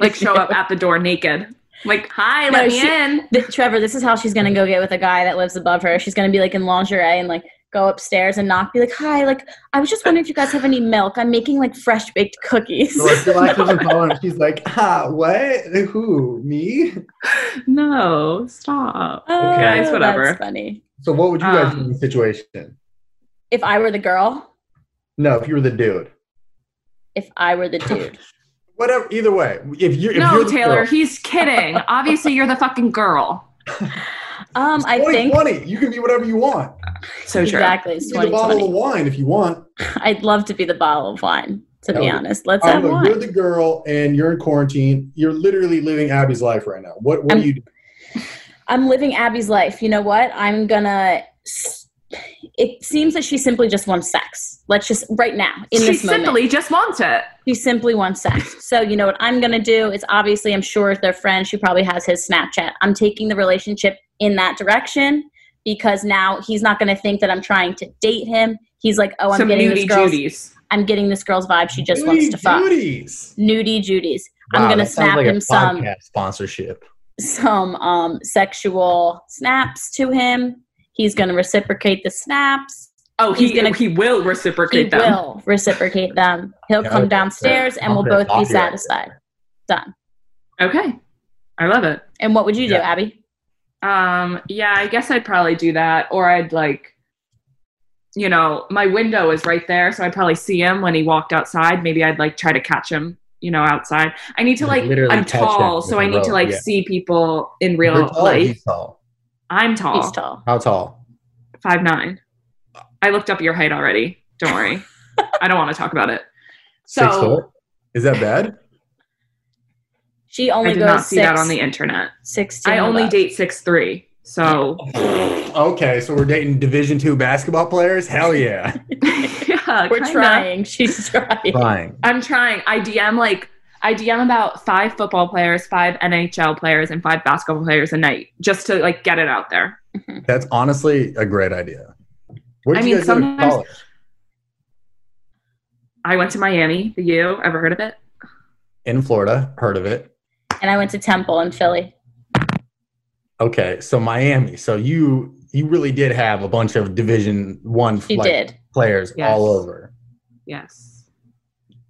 Speaker 3: Like show up at the door naked. Like, hi,
Speaker 6: No,
Speaker 3: let me
Speaker 6: she-
Speaker 3: in.
Speaker 6: Th- Trevor, this is how she's gonna go get with a guy that lives above her. She's gonna be like in lingerie and like go upstairs and knock, be like, "Hi, like I was just wondering if you guys have any milk. I'm making like fresh baked cookies."
Speaker 7: Or if she likes him and calling him, she's like, ah, what? Who? Me?
Speaker 3: No, stop.
Speaker 6: Oh,
Speaker 3: Guys, whatever.
Speaker 6: That's funny.
Speaker 7: So what would you guys do in
Speaker 3: Um,
Speaker 7: the situation?
Speaker 6: If I were the girl,
Speaker 7: No, if you were the dude.
Speaker 6: if I were the dude,
Speaker 7: Whatever. Either way, if you if
Speaker 3: no,
Speaker 7: you're the
Speaker 3: Taylor,
Speaker 7: girl-
Speaker 3: he's kidding. Obviously, you're the fucking girl.
Speaker 6: um, I
Speaker 7: It's
Speaker 6: think
Speaker 7: 2020. you can be whatever you want.
Speaker 3: So true.
Speaker 6: exactly. It's
Speaker 7: You can be the bottle of
Speaker 6: 2020.
Speaker 7: wine if you want.
Speaker 6: I'd love to be the bottle of wine. To
Speaker 7: That
Speaker 6: be
Speaker 7: would-
Speaker 6: honest, let's
Speaker 7: Um,
Speaker 6: have
Speaker 7: look, you're
Speaker 6: wine.
Speaker 7: the girl and you're in quarantine. You're literally living Abby's life right now. What what do
Speaker 6: I'm-
Speaker 7: you do?
Speaker 6: I'm living Abby's life. You know what? I'm gonna. s- It seems that she simply just wants sex. Let's just right now in
Speaker 3: she
Speaker 6: this moment.
Speaker 3: simply just wants it.
Speaker 6: She simply wants sex. So you know what I'm gonna do is obviously I'm sure their friend. She probably has his Snapchat. I'm taking the relationship in that direction because now he's not gonna think that I'm trying to date him. He's like, oh, I'm
Speaker 3: Some
Speaker 6: getting this
Speaker 3: nudie
Speaker 6: girl's.
Speaker 3: judies.
Speaker 6: I'm getting this girl's vibe. She just
Speaker 7: Nudie
Speaker 6: wants to fuck.
Speaker 7: Duties.
Speaker 6: Nudie Judy's. I'm gonna snap him some
Speaker 7: sponsorship.
Speaker 6: some um, sexual snaps to him. He's going to reciprocate the snaps.
Speaker 3: Oh, he
Speaker 6: He's gonna-
Speaker 3: he will
Speaker 6: He
Speaker 3: reciprocate them.
Speaker 6: will reciprocate them. He'll
Speaker 7: Yeah,
Speaker 6: come
Speaker 7: okay,
Speaker 6: downstairs
Speaker 7: fair.
Speaker 6: and we'll
Speaker 7: Okay,
Speaker 6: both be
Speaker 7: copyright.
Speaker 6: satisfied. Done.
Speaker 3: Okay, I love it.
Speaker 6: And what would you do,
Speaker 7: Yeah.
Speaker 6: Abby?
Speaker 3: Um, yeah, I guess I'd probably do that, or I'd like, you know, my window is right there, so I'd probably see him when he walked outside. Maybe I'd like try to catch him, you know, outside. I need to
Speaker 7: Like,
Speaker 3: like.
Speaker 7: literally
Speaker 3: I'm
Speaker 7: catch him
Speaker 3: tall,
Speaker 7: with
Speaker 3: so
Speaker 7: the
Speaker 3: I need
Speaker 7: rope,
Speaker 3: to like
Speaker 7: yeah.
Speaker 3: see people in real
Speaker 7: You're tall,
Speaker 3: life.
Speaker 7: he's tall.
Speaker 3: I'm tall.
Speaker 6: He's tall.
Speaker 7: How tall?
Speaker 3: Five nine. I looked up your height already. Don't worry. I don't want to talk about it.
Speaker 7: Six
Speaker 3: So
Speaker 7: foot? Is that bad?
Speaker 6: She
Speaker 3: I
Speaker 6: only
Speaker 3: did
Speaker 6: goes
Speaker 3: not see
Speaker 6: six,
Speaker 3: that on the internet.
Speaker 6: six to
Speaker 3: I
Speaker 6: and
Speaker 3: only
Speaker 6: above.
Speaker 3: date six three. So
Speaker 7: okay, so we're dating Division Two basketball players. Hell yeah,
Speaker 3: yeah,
Speaker 6: We're
Speaker 3: kinda.
Speaker 6: trying. She's trying.
Speaker 7: fine.
Speaker 3: I'm trying. I DM like I DM about five football players, five NHL players, and five basketball players a night just to like get it out there.
Speaker 7: That's honestly a great idea. Where
Speaker 3: I
Speaker 7: did
Speaker 3: mean,
Speaker 7: you guys go to
Speaker 3: sometimes-
Speaker 7: college?
Speaker 3: I went to Miami, the U. Ever heard of it?
Speaker 7: in Florida. Heard of it?
Speaker 6: And I went to Temple in Philly.
Speaker 7: Okay, so Miami. So you you really did have a bunch of Division One
Speaker 6: You
Speaker 7: like,
Speaker 6: did.
Speaker 7: players
Speaker 3: Yes.
Speaker 7: all over.
Speaker 3: Yes.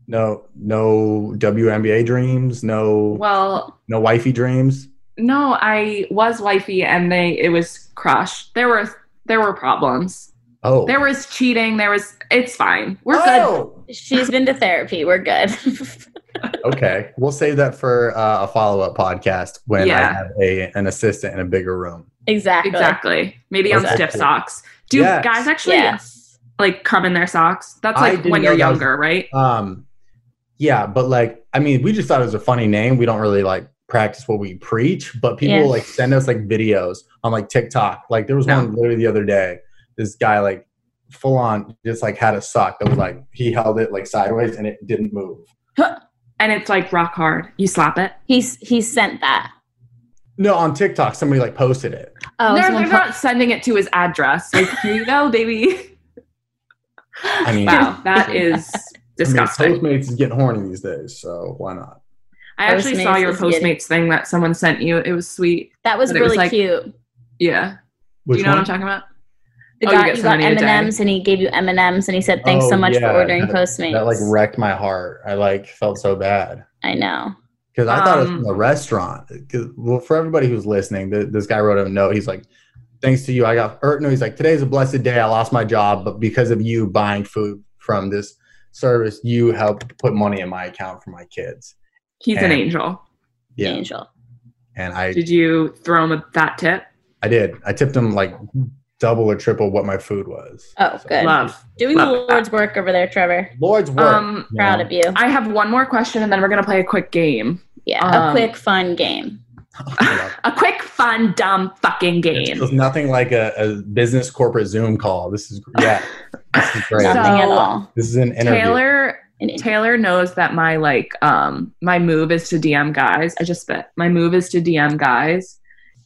Speaker 7: No, no WNBA dreams. No,
Speaker 3: Well,
Speaker 7: no wifey dreams.
Speaker 3: no, I was wifey and they it was crushed. There were there were problems.
Speaker 7: Oh,
Speaker 3: There was cheating. There was it's fine. We're good.
Speaker 7: oh!
Speaker 6: She's been to therapy. We're good.
Speaker 7: okay, we'll save that for uh, a follow up podcast when I
Speaker 3: Yeah.
Speaker 7: have a an assistant in a bigger room.
Speaker 6: exactly.
Speaker 3: Exactly. Maybe on
Speaker 7: Okay.
Speaker 3: stiff socks. Do
Speaker 7: Yes.
Speaker 3: guys actually
Speaker 6: Yes.
Speaker 3: like come in their socks? That's
Speaker 7: I
Speaker 3: like
Speaker 7: didn't
Speaker 3: when
Speaker 7: know
Speaker 3: you're
Speaker 7: that was-
Speaker 3: younger, right?
Speaker 7: Um, yeah, but like, I mean, we just thought it was a funny name. We don't really like practice what we preach, but people
Speaker 6: Yeah.
Speaker 7: like send us like videos on like TikTok. Like there was
Speaker 3: No.
Speaker 7: one literally the other day. This guy like full on just like had a sock that was like he held it like sideways and it didn't move.
Speaker 3: And it's like rock hard. You slap it.
Speaker 6: He's he sent that.
Speaker 7: No, on TikTok somebody like posted it.
Speaker 6: Oh,
Speaker 3: no,
Speaker 6: someone
Speaker 3: they're
Speaker 6: put-
Speaker 3: not sending it to his address. Like, here you go, baby.
Speaker 7: I mean,
Speaker 3: Wow, that is
Speaker 7: I mean,
Speaker 3: disgusting.
Speaker 7: Postmates is getting horny these days, so why not?
Speaker 3: I actually saw
Speaker 6: Postmates
Speaker 3: your
Speaker 6: is getting-
Speaker 3: Postmates thing that someone sent you. It was sweet.
Speaker 6: that was
Speaker 3: But it was
Speaker 6: really
Speaker 3: like- oh,
Speaker 6: cute.
Speaker 3: Yeah. Do
Speaker 7: Which
Speaker 3: you know
Speaker 7: one?
Speaker 3: what I'm talking about?
Speaker 6: The
Speaker 3: Oh, you
Speaker 6: guy
Speaker 3: get
Speaker 6: you
Speaker 3: so
Speaker 6: got
Speaker 3: many a
Speaker 6: M
Speaker 3: day.
Speaker 6: and M's and he gave you M and M's and he said thanks so
Speaker 7: Oh,
Speaker 6: much
Speaker 7: yeah,
Speaker 6: for ordering
Speaker 7: that-
Speaker 6: Postmates.
Speaker 7: That like wrecked my heart. I like felt so bad.
Speaker 6: I know.
Speaker 7: Because I thought it was from
Speaker 3: Um,
Speaker 7: a restaurant. 'Cause- Well, for everybody who's listening, th- this guy wrote a note. He's like, "Thanks to you, I got." Or no, he's like, "Today's a blessed day. I lost my job, but because of you buying food from this service, you helped put money in my account for my kids."
Speaker 3: He's an
Speaker 7: And-
Speaker 3: angel.
Speaker 7: Yeah,
Speaker 6: Angel.
Speaker 7: and I,
Speaker 3: Did you throw him a, that tip?
Speaker 7: I did. I tipped him like double or triple what my food was.
Speaker 6: Oh,
Speaker 7: So-
Speaker 6: good.
Speaker 3: Love.
Speaker 6: Doing the
Speaker 3: Love that.
Speaker 6: Lord's work over there, Trevor.
Speaker 7: Lord's work.
Speaker 3: Um,
Speaker 7: you
Speaker 6: Proud
Speaker 7: know?
Speaker 6: of you.
Speaker 3: I have one more question and then we're going to play a quick game.
Speaker 6: Yeah. a
Speaker 3: Um,
Speaker 6: quick fun game.
Speaker 7: Yeah.
Speaker 3: A quick, fun, dumb fucking game.
Speaker 7: It's nothing like a, a business corporate Zoom call. This is yeah. this is great.
Speaker 6: Nothing at
Speaker 3: So-
Speaker 6: all.
Speaker 7: this is an interview.
Speaker 3: Taylor
Speaker 6: An in-
Speaker 3: Taylor knows that my like um my move is to DM guys. I just spit. My move is to DM guys.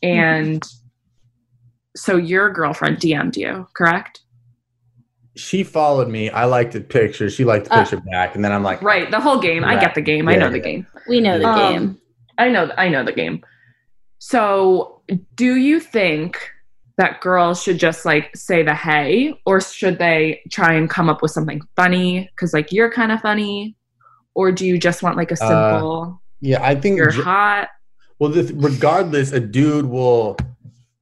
Speaker 3: And so your girlfriend DM'd you, correct?
Speaker 7: she followed me. I liked the picture. She liked the
Speaker 6: Uh,
Speaker 7: picture back. And then I'm like,
Speaker 3: Right, the whole game. I get the game. I
Speaker 7: Yeah,
Speaker 3: know the
Speaker 7: yeah.
Speaker 3: game.
Speaker 6: we know the
Speaker 3: Um,
Speaker 6: game.
Speaker 3: I know I know the game. So, do you think that girls should just like say the hey or should they try and come up with something funny cuz like you're kind of funny or do you just want like a
Speaker 7: Uh,
Speaker 3: simple
Speaker 7: yeah, I think.
Speaker 3: you're hot?
Speaker 7: Well, this, regardless, a dude will.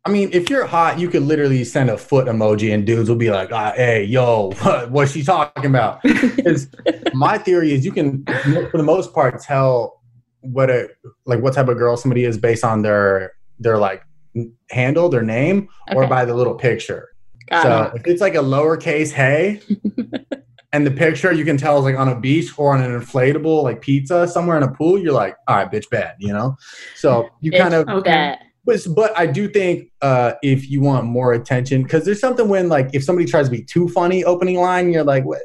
Speaker 7: I mean, if you're hot, you could literally send a foot emoji, and dudes will be like, ah, "Hey, yo, what, what's she talking about?" Because my theory is you can, for the most part, tell what a like what type of girl somebody is based on their their like handle, their name, or
Speaker 6: Okay.
Speaker 7: by the little picture.
Speaker 6: Got
Speaker 7: so if it's like a lowercase hey, and the picture you can tell is like on a beach or on an inflatable like pizza somewhere in a pool, you're like, all right, bitch, bad, you know. So you
Speaker 6: Bitch.
Speaker 7: kind of,
Speaker 6: it.
Speaker 3: Okay.
Speaker 6: That-
Speaker 7: but, but I do think uh, if you want more attention, because there's something when like if somebody tries to be too funny opening line, you're like, what?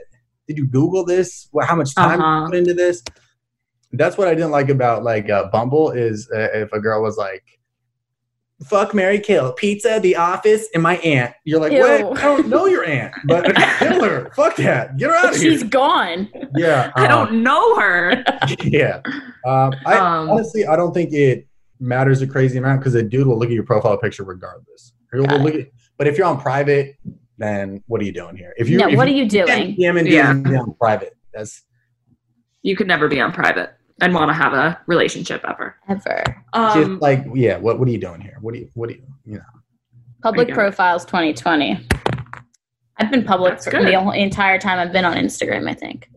Speaker 7: Did you Google this? What, how much time you
Speaker 3: Uh-huh.
Speaker 7: put into this? That's what I didn't like about like uh, Bumble is uh, if a girl was like. Fuck Mary Kill, pizza, the office, and my aunt. You're like,
Speaker 6: Ew.
Speaker 7: what? I don't know your aunt, but kill her. Fuck that. Get her out
Speaker 6: But
Speaker 7: of here.
Speaker 6: she's gone.
Speaker 7: Yeah,
Speaker 3: I don't know her.
Speaker 7: um, yeah. Um, I
Speaker 3: Um,
Speaker 7: honestly, I don't think it matters a crazy amount because a dude will look at your profile picture regardless. He will
Speaker 6: Got
Speaker 7: look at- but if you're on private, then what are you doing here? If you,
Speaker 6: no,
Speaker 7: if
Speaker 6: what are you doing?
Speaker 7: DM and
Speaker 3: Yeah.
Speaker 7: DM on private, that's
Speaker 3: You could never be on private and want to have a relationship ever.
Speaker 6: Ever.
Speaker 3: Um,
Speaker 7: just like, yeah. What what are you doing here? What do you what do you you know?
Speaker 6: Public
Speaker 3: There you go.
Speaker 6: profiles 2020. I've been public
Speaker 3: That's
Speaker 6: for
Speaker 3: good.
Speaker 6: the whole entire time I've been on Instagram, I think.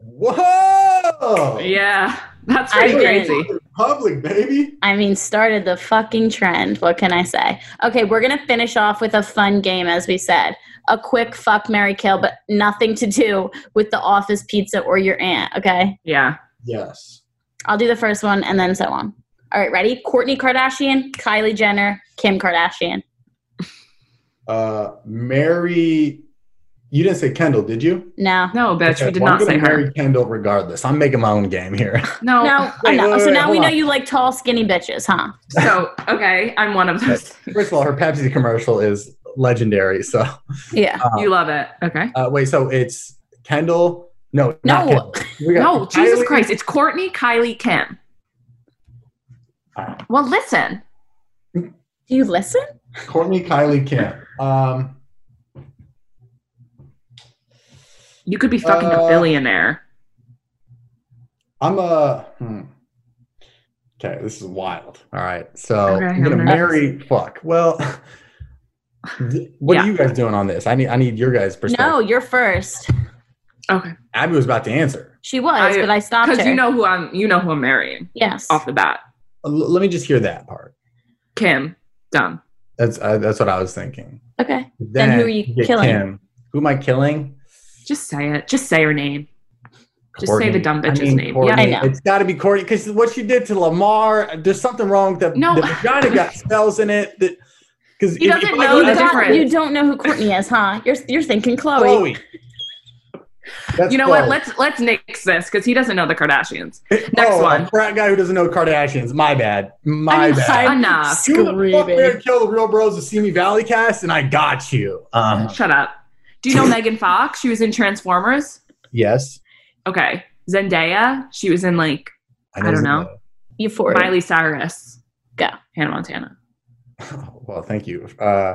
Speaker 7: Whoa!
Speaker 3: yeah, that's
Speaker 6: I
Speaker 3: pretty
Speaker 6: did.
Speaker 3: crazy.
Speaker 7: Public baby.
Speaker 6: I mean, started the fucking trend. What can I say? Okay, we're going to finish off with a fun game, as we said. A quick fuck, Mary kill, but nothing to do with the office pizza or your aunt, okay?
Speaker 3: Yeah.
Speaker 7: Yes.
Speaker 6: I'll do the first one and then so on. All right, ready? Courtney Kardashian, Kylie Jenner, Kim Kardashian.
Speaker 7: Uh, Mary. You didn't say Kendall, did you?
Speaker 6: No.
Speaker 3: No, bitch,
Speaker 7: Okay,
Speaker 3: we did
Speaker 7: well, I'm
Speaker 3: not say
Speaker 7: gonna
Speaker 3: her.
Speaker 7: marry Kendall regardless. I'm making my own game here.
Speaker 3: No.
Speaker 6: No,
Speaker 7: Wait,
Speaker 6: no.
Speaker 7: wait,
Speaker 6: so
Speaker 7: wait,
Speaker 6: now
Speaker 7: hold
Speaker 6: we know
Speaker 7: on.
Speaker 6: you like tall, skinny bitches, huh?
Speaker 3: So, okay, I'm one of those.
Speaker 7: First of all, her Pepsi commercial is legendary. So,
Speaker 6: Yeah.
Speaker 7: uh,
Speaker 3: You love it. Okay.
Speaker 7: uh, wait, so it's Kendall? No, not
Speaker 6: No.
Speaker 7: Kendall. We got
Speaker 3: No, Jesus
Speaker 7: Kylie-
Speaker 3: Christ. It's Courtney, Kylie, Kim.
Speaker 7: All right.
Speaker 3: Well, listen.
Speaker 6: Do you listen?
Speaker 7: Courtney Kylie Camp. Um,
Speaker 3: You could be fucking
Speaker 7: Uh,
Speaker 3: a billionaire.
Speaker 7: I'm a. Hmm. Okay, this is wild. All right, so
Speaker 3: Okay,
Speaker 7: I'm gonna
Speaker 3: I'm
Speaker 7: marry. Fuck. Well, th- what are you guys doing on this? I need. I need your guys' perspective.
Speaker 6: No, you're first.
Speaker 3: Okay,
Speaker 7: Abby was about to answer.
Speaker 6: She was,
Speaker 3: I-
Speaker 6: but I stopped
Speaker 3: because
Speaker 6: her.
Speaker 3: you know who I'm. You know who I'm marrying
Speaker 6: yes.
Speaker 3: off the bat.
Speaker 7: Uh, l- let me just hear that part.
Speaker 3: Kim. Done.
Speaker 7: That's uh, that's what I was thinking.
Speaker 6: Okay. Then who are you
Speaker 7: get
Speaker 6: killing?
Speaker 7: Kim. Who am I killing?
Speaker 3: Just say it. Just say her name. Just say the dumb bitch's name.
Speaker 7: Courtney.
Speaker 6: Yeah, I know.
Speaker 7: It's got to be Courtney because what she did to Lamar, there's something wrong with that.
Speaker 3: No.
Speaker 7: the vagina got spells in it. That because
Speaker 3: He doesn't know
Speaker 6: You,
Speaker 3: the
Speaker 6: got-
Speaker 3: difference.
Speaker 6: you don't know who Courtney is, huh? You're you're thinking Chloe.
Speaker 7: Chloe. That's
Speaker 3: You know
Speaker 7: Chloe.
Speaker 3: what? Let's let's nix this because he doesn't know the Kardashians. next
Speaker 7: oh,
Speaker 3: one.
Speaker 7: a frat guy who doesn't know Kardashians. My bad. My
Speaker 3: I mean,
Speaker 7: bad.
Speaker 3: enough.
Speaker 7: You the fuck
Speaker 6: Screaming.
Speaker 7: there kill the real bros of Simi Valley cast, and I got you. Um,
Speaker 3: Shut up. Do you know Megan Fox? She was in Transformers.
Speaker 7: yes,
Speaker 3: Okay. Zendaya. She was in like I don't know.
Speaker 6: Euphoria.
Speaker 3: Miley Cyrus.
Speaker 6: Go.
Speaker 3: Hannah Montana.
Speaker 7: Well, thank you. Uh,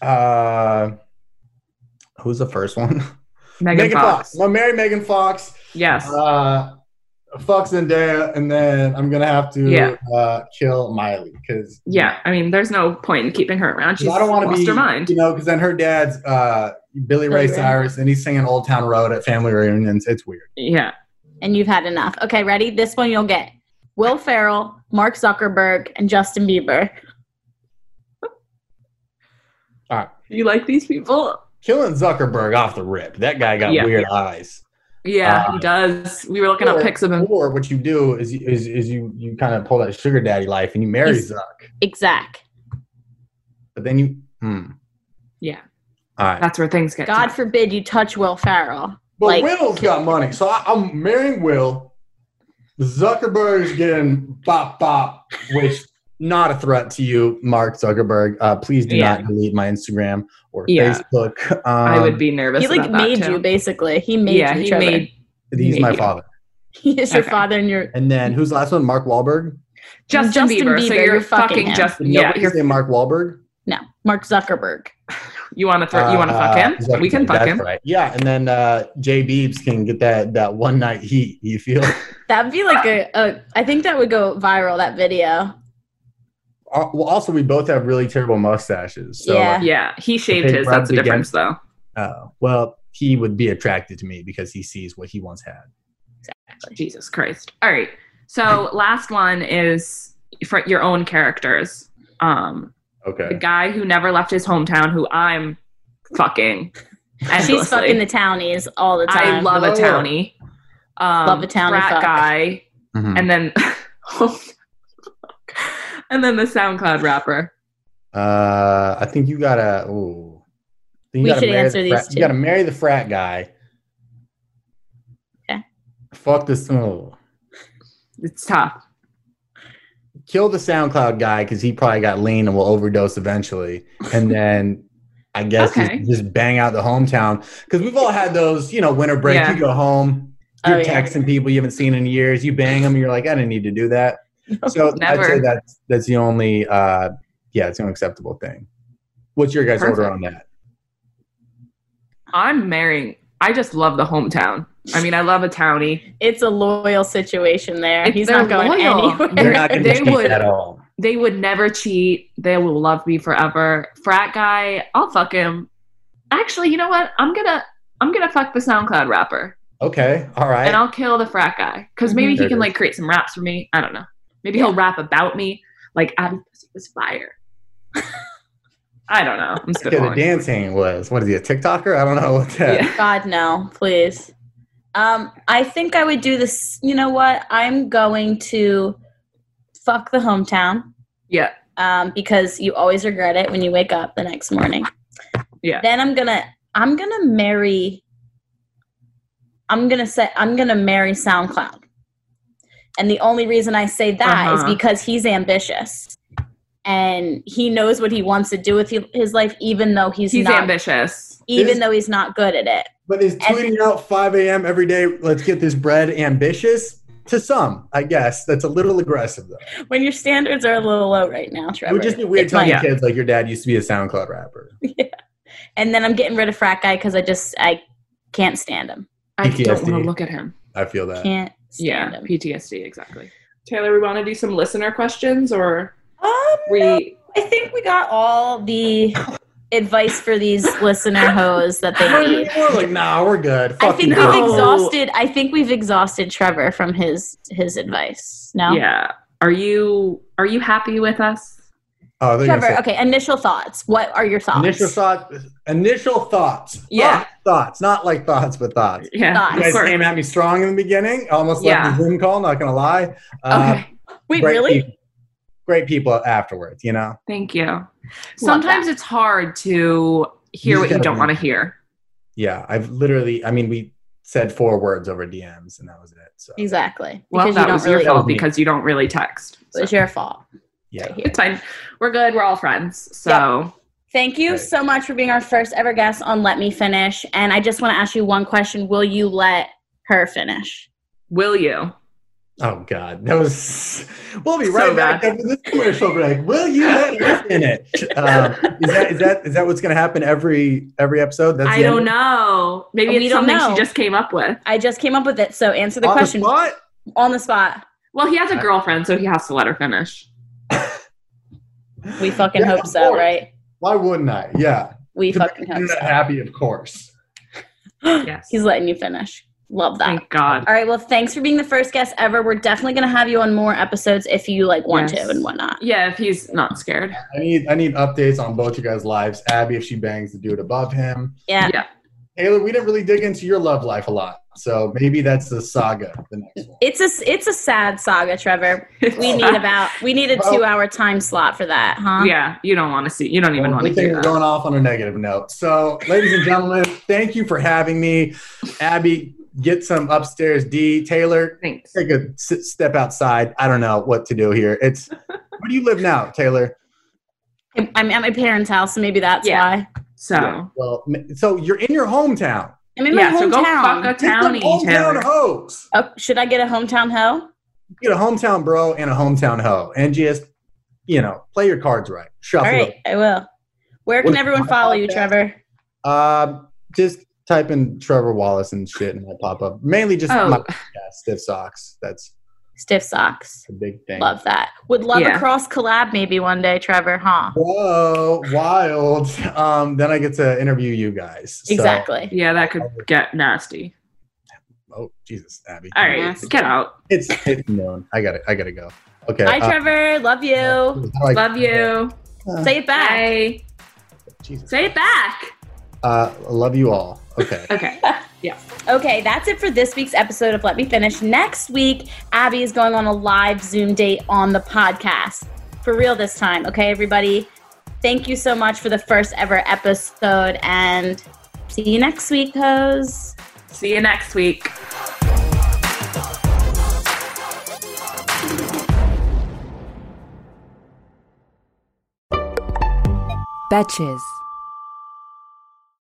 Speaker 7: uh, who's the first one?
Speaker 3: Megan, Fox.
Speaker 7: I'm gonna marry Megan Fox.
Speaker 3: Yes.
Speaker 7: Uh, fuck Zendaya, and then I'm gonna have to
Speaker 3: Yeah.
Speaker 7: uh, kill Miley because
Speaker 3: yeah. I mean, there's no point in keeping her around. She's
Speaker 7: I don't want to
Speaker 3: lost
Speaker 7: be
Speaker 3: her mind.
Speaker 7: you know because then her dad's uh, Billy Ray
Speaker 6: Billy Ray.
Speaker 7: Cyrus, and he's singing Old Town Road at family reunions. It's weird.
Speaker 3: Yeah.
Speaker 6: and you've had enough. Okay, ready? This one you'll get. Will Farrell, Mark Zuckerberg, and Justin Bieber.
Speaker 3: You like these people?
Speaker 7: Killing Zuckerberg off the rip. That guy got
Speaker 3: Yeah.
Speaker 7: weird eyes.
Speaker 3: Yeah,
Speaker 7: Uh,
Speaker 3: he does. We were looking up
Speaker 7: Or-
Speaker 3: pics of him.
Speaker 7: Or what you do is is, is you you kind of pull that sugar daddy life and you marry
Speaker 6: He's-
Speaker 7: Zuck,
Speaker 6: Exact.
Speaker 7: but then you hmm.
Speaker 3: Yeah.
Speaker 7: All right.
Speaker 3: That's where things get.
Speaker 6: God
Speaker 3: tough.
Speaker 6: forbid you touch Will Farrell.
Speaker 7: But
Speaker 6: Like-
Speaker 7: Will's got money, so I, I'm marrying Will. Zuckerberg's getting bop bop, which not a threat to you, Mark Zuckerberg. Uh, please do
Speaker 3: Yeah.
Speaker 7: not delete my Instagram or
Speaker 3: Yeah.
Speaker 7: Facebook. Um,
Speaker 3: I would be nervous.
Speaker 6: He like
Speaker 3: about that,
Speaker 6: made
Speaker 3: too.
Speaker 6: you basically. He made
Speaker 3: yeah,
Speaker 6: you.
Speaker 3: he
Speaker 6: Trevor.
Speaker 3: made
Speaker 7: He's my
Speaker 3: Yeah.
Speaker 7: father.
Speaker 6: He is your
Speaker 3: Okay.
Speaker 6: father, and your
Speaker 7: And then who's the last one? Mark Wahlberg.
Speaker 3: Justin,
Speaker 6: Justin
Speaker 3: Bieber.
Speaker 6: Bieber,
Speaker 3: So you're,
Speaker 6: you're fucking
Speaker 3: fucking
Speaker 6: him.
Speaker 3: Justin.
Speaker 7: No,
Speaker 3: Yeah, you're,
Speaker 7: say Mark Wahlberg.
Speaker 6: no Mark Zuckerberg.
Speaker 3: you want to throw? you want to fuck him?
Speaker 7: Uh,
Speaker 3: we can
Speaker 7: Zuckerberg,
Speaker 3: fuck
Speaker 7: that's
Speaker 3: him.
Speaker 7: right. Yeah, and then uh, Jay Beebs can get that that one night heat. You feel?
Speaker 6: That'd be like a, a. I think that would go viral. That video.
Speaker 7: Uh, well, also, we both have really terrible mustaches. So,
Speaker 6: Yeah.
Speaker 3: Yeah, he shaved
Speaker 7: Okay,
Speaker 3: his. That's the
Speaker 7: rubbed
Speaker 3: difference, though.
Speaker 7: Uh, well, he would be attracted to me because he sees what he once had.
Speaker 3: Jesus Christ. All right. So last one is for your own characters. Um, the
Speaker 7: Okay.
Speaker 3: guy who never left his hometown, who I'm fucking.
Speaker 6: She's
Speaker 3: endlessly.
Speaker 6: fucking the townies all the time.
Speaker 3: I love a
Speaker 7: Oh.
Speaker 3: townie. Um,
Speaker 6: Love a townie
Speaker 3: Frat
Speaker 6: fuck.
Speaker 3: guy,
Speaker 7: Mm.
Speaker 3: and then, oh, and then the SoundCloud rapper.
Speaker 7: Uh, I think you gotta. Ooh. I think
Speaker 6: We
Speaker 7: you gotta
Speaker 6: should
Speaker 7: marry the
Speaker 6: answer these
Speaker 7: frat-
Speaker 6: two.
Speaker 7: You gotta marry the frat guy.
Speaker 6: Okay.
Speaker 7: Fuck this. Oh.
Speaker 3: It's tough.
Speaker 7: Kill the SoundCloud guy because he probably got lean and will overdose eventually. And then I guess just-
Speaker 3: Okay.
Speaker 7: just, bang out the hometown because we've all had those. You know, winter break.
Speaker 3: Yeah.
Speaker 7: You go home.
Speaker 6: Oh,
Speaker 7: You're
Speaker 6: yeah.
Speaker 7: texting people you haven't seen in years. You bang them. You're like, I didn't need to do that. So I'd
Speaker 3: Never.
Speaker 7: say that's that's the only uh yeah, it's an acceptable thing. What's your guys' order
Speaker 3: Perfect.
Speaker 7: on that?
Speaker 3: I'm marrying. I just love the hometown. I mean, I love a townie.
Speaker 6: It's a loyal situation there.
Speaker 3: If
Speaker 6: He's
Speaker 3: they're
Speaker 6: not going
Speaker 3: loyal,
Speaker 6: anywhere.
Speaker 7: They're not gonna
Speaker 3: They
Speaker 7: change
Speaker 3: would-
Speaker 7: at all.
Speaker 3: They would never cheat. They will love me forever. Frat guy, I'll fuck him. Actually, you know what? I'm gonna I'm gonna fuck the SoundCloud rapper,
Speaker 7: Okay. All right.
Speaker 3: and I'll kill the frat guy because
Speaker 6: Mhm.
Speaker 3: maybe
Speaker 7: Mm-hmm. There
Speaker 3: he
Speaker 7: it
Speaker 3: can
Speaker 7: is.
Speaker 3: like create some raps for me. I don't know. Maybe he'll rap about me, like Abby Pussy was fire. I don't know. I'm
Speaker 7: Okay, the
Speaker 3: spitballing.
Speaker 7: dancing was what is he a TikToker? I don't know what that.
Speaker 3: Yeah.
Speaker 6: God no, please. Um, I think I would do this. You know what? I'm going to fuck the hometown.
Speaker 3: Yeah.
Speaker 6: Um, because you always regret it when you wake up the next morning.
Speaker 3: Yeah.
Speaker 6: Then I'm gonna I'm gonna marry. I'm gonna say I'm gonna marry SoundCloud. And the only reason I say that is
Speaker 3: Uh-huh.
Speaker 6: because he's ambitious. And he knows what he wants to do with he- his life, even though he's,
Speaker 3: He's
Speaker 6: not,
Speaker 3: ambitious.
Speaker 6: even
Speaker 7: Is-
Speaker 6: though he's not good at it.
Speaker 7: But is tweeting out 5 a.m. every day, let's get this bread ambitious? to some, I guess. That's a little aggressive though.
Speaker 6: When your standards are a little low right now,
Speaker 7: It
Speaker 6: Trevor.
Speaker 7: would just be weird
Speaker 6: It's my-
Speaker 7: telling kids like your dad used to be a SoundCloud rapper.
Speaker 6: And then I'm getting rid of frat guy because I just I can't stand him.
Speaker 3: I don't
Speaker 7: PTSD.
Speaker 3: want to look at him.
Speaker 7: I feel that.
Speaker 6: Can't
Speaker 3: Yeah,
Speaker 6: stand him.
Speaker 3: PTSD, exactly. Taylor, we want to do some listener questions or
Speaker 6: Um,
Speaker 3: we
Speaker 6: I think we got all the advice for these listener hoes that they need.
Speaker 7: We're like, nah, we're good.
Speaker 6: I
Speaker 7: Fuck
Speaker 6: think
Speaker 7: you.
Speaker 3: No.
Speaker 6: we've exhausted. I think we've exhausted Trevor from his his advice. No,
Speaker 3: Yeah. Are you are you happy with us?
Speaker 7: Oh, they're gonna
Speaker 6: Trevor.
Speaker 7: say-
Speaker 6: Okay, initial thoughts. What are your thoughts?
Speaker 7: Initial thoughts. Initial thoughts.
Speaker 3: Yeah.
Speaker 7: Thoughts, thouts. Not like thoughts, but thoughts.
Speaker 3: Yeah.
Speaker 6: Thoughts.
Speaker 7: You
Speaker 3: Of
Speaker 7: guys
Speaker 3: course.
Speaker 7: came at me strong in the beginning. Almost
Speaker 3: Yeah.
Speaker 7: left the Zoom call. Not gonna lie. Uh,
Speaker 6: Uh,
Speaker 3: Okay.
Speaker 6: Wait,
Speaker 7: great
Speaker 6: really?
Speaker 7: people- great people afterwards. You know.
Speaker 3: Thank you. Sometimes it's hard to hear
Speaker 7: You
Speaker 3: what you
Speaker 7: gotta
Speaker 3: don't
Speaker 7: be-
Speaker 3: want to hear.
Speaker 7: Yeah, I've literally. I mean, we said four words over DMs, and that was it. So
Speaker 6: Exactly.
Speaker 3: Well,
Speaker 6: because
Speaker 3: that
Speaker 6: you don't
Speaker 3: was
Speaker 6: really.
Speaker 3: your fault
Speaker 7: That was me.
Speaker 3: because you don't really text.
Speaker 6: It was your fault.
Speaker 7: yeah,
Speaker 3: It's fine. We're good. We're all friends. So
Speaker 6: Thank you
Speaker 7: Right.
Speaker 6: so much for being our first ever guest on Let Me Finish. And I just want to ask you one question: Will you let her finish?
Speaker 3: will you?
Speaker 7: Oh God, that was. We'll be
Speaker 3: So
Speaker 7: right back
Speaker 3: bad.
Speaker 7: after this commercial break. Will you let us in it? Um, is that is that is that what's going to happen every every episode? That's
Speaker 3: I
Speaker 7: the
Speaker 3: don't
Speaker 7: end?
Speaker 3: know. Maybe
Speaker 6: We
Speaker 3: it's
Speaker 6: don't
Speaker 3: something
Speaker 6: know.
Speaker 3: she just came up with.
Speaker 6: I just came up with it, so answer the
Speaker 7: On
Speaker 6: question
Speaker 7: spot?
Speaker 6: on the spot.
Speaker 3: Well, he has a girlfriend, so he has to let her finish.
Speaker 6: We fucking
Speaker 7: Yeah,
Speaker 6: hope
Speaker 7: of
Speaker 6: so,
Speaker 7: course.
Speaker 6: right?
Speaker 7: Why wouldn't I? Yeah,
Speaker 6: We fucking
Speaker 7: I'm
Speaker 6: hope
Speaker 7: not
Speaker 6: so.
Speaker 7: happy, of course.
Speaker 3: Yes.
Speaker 6: He's letting you finish. Love that.
Speaker 3: Thank God.
Speaker 6: All right. Well, thanks for being the first guest ever. We're definitely going to have you on more episodes if you like want
Speaker 3: Yes.
Speaker 6: to and whatnot.
Speaker 3: Yeah, if he's not scared.
Speaker 7: I need I need updates on both your guys' lives. Abby, if she bangs the dude above him.
Speaker 6: Yeah.
Speaker 3: Yeah.
Speaker 7: Taylor, we didn't really dig into your love life a lot, so maybe that's the saga. The next one.
Speaker 6: It's a it's a sad saga, Trevor. We need about we need a
Speaker 7: Well-
Speaker 6: two hour time slot for that, huh?
Speaker 3: Yeah, you don't want to see. You don't even want to
Speaker 7: Good thing
Speaker 3: hear
Speaker 7: we're
Speaker 3: that.
Speaker 7: going off on a negative note. So, ladies and gentlemen, thank you for having me. Abby, get some upstairs. D. Taylor,
Speaker 3: Thanks.
Speaker 7: take a s- step outside. I don't know what to do here. It's where do you live now, Taylor?
Speaker 6: I'm, I'm at my parents' house, so maybe that's
Speaker 3: Yeah.
Speaker 6: why.
Speaker 3: So
Speaker 7: Yeah, Well, m- so you're in your hometown.
Speaker 6: I'm in
Speaker 3: yeah,
Speaker 6: my
Speaker 3: so go fuck
Speaker 6: hometown.
Speaker 3: a
Speaker 7: Get some
Speaker 3: townie, Taylor.
Speaker 7: hometown hoes.
Speaker 6: oh, should I get a hometown hoe?
Speaker 7: Get a hometown bro and a hometown hoe, and just you know play your cards right.
Speaker 6: All
Speaker 7: Shuffle.
Speaker 6: right, I will. Where can
Speaker 7: What's
Speaker 6: everyone
Speaker 7: my
Speaker 6: follow you,
Speaker 7: podcast?
Speaker 6: Trevor?
Speaker 7: Um, just type in Trevor Wallace and shit, and it'll pop up. Mainly just
Speaker 3: Oh.
Speaker 7: my podcast, stiff socks. That's
Speaker 6: Stiff socks.
Speaker 7: a big thing.
Speaker 6: Love that. Would love
Speaker 3: Yeah.
Speaker 6: a cross collab maybe one day, Trevor? Huh?
Speaker 7: Whoa, wild. Um, then I get to interview you guys. So-
Speaker 6: Exactly.
Speaker 3: Yeah, that could get nasty.
Speaker 7: Oh, Jesus, Abby.
Speaker 3: All right,
Speaker 6: Nasty.
Speaker 3: get out.
Speaker 7: It's it's noon. I got it. I gotta go. Okay.
Speaker 6: Bye,
Speaker 7: uh,
Speaker 6: Trevor. Love you.
Speaker 7: how do I-
Speaker 3: Love you.
Speaker 6: Say it back.
Speaker 3: Bye.
Speaker 7: Jesus.
Speaker 3: Say it back.
Speaker 7: Uh, love you all. Okay.
Speaker 3: Okay.
Speaker 6: Okay, that's it for this week's episode of Let Me Finish. Next week, Abby is going on a live Zoom date on the podcast. For real this time, okay, everybody? Thank you so much for the first ever episode and see you next week, hoes.
Speaker 3: See you next week.
Speaker 1: Betches.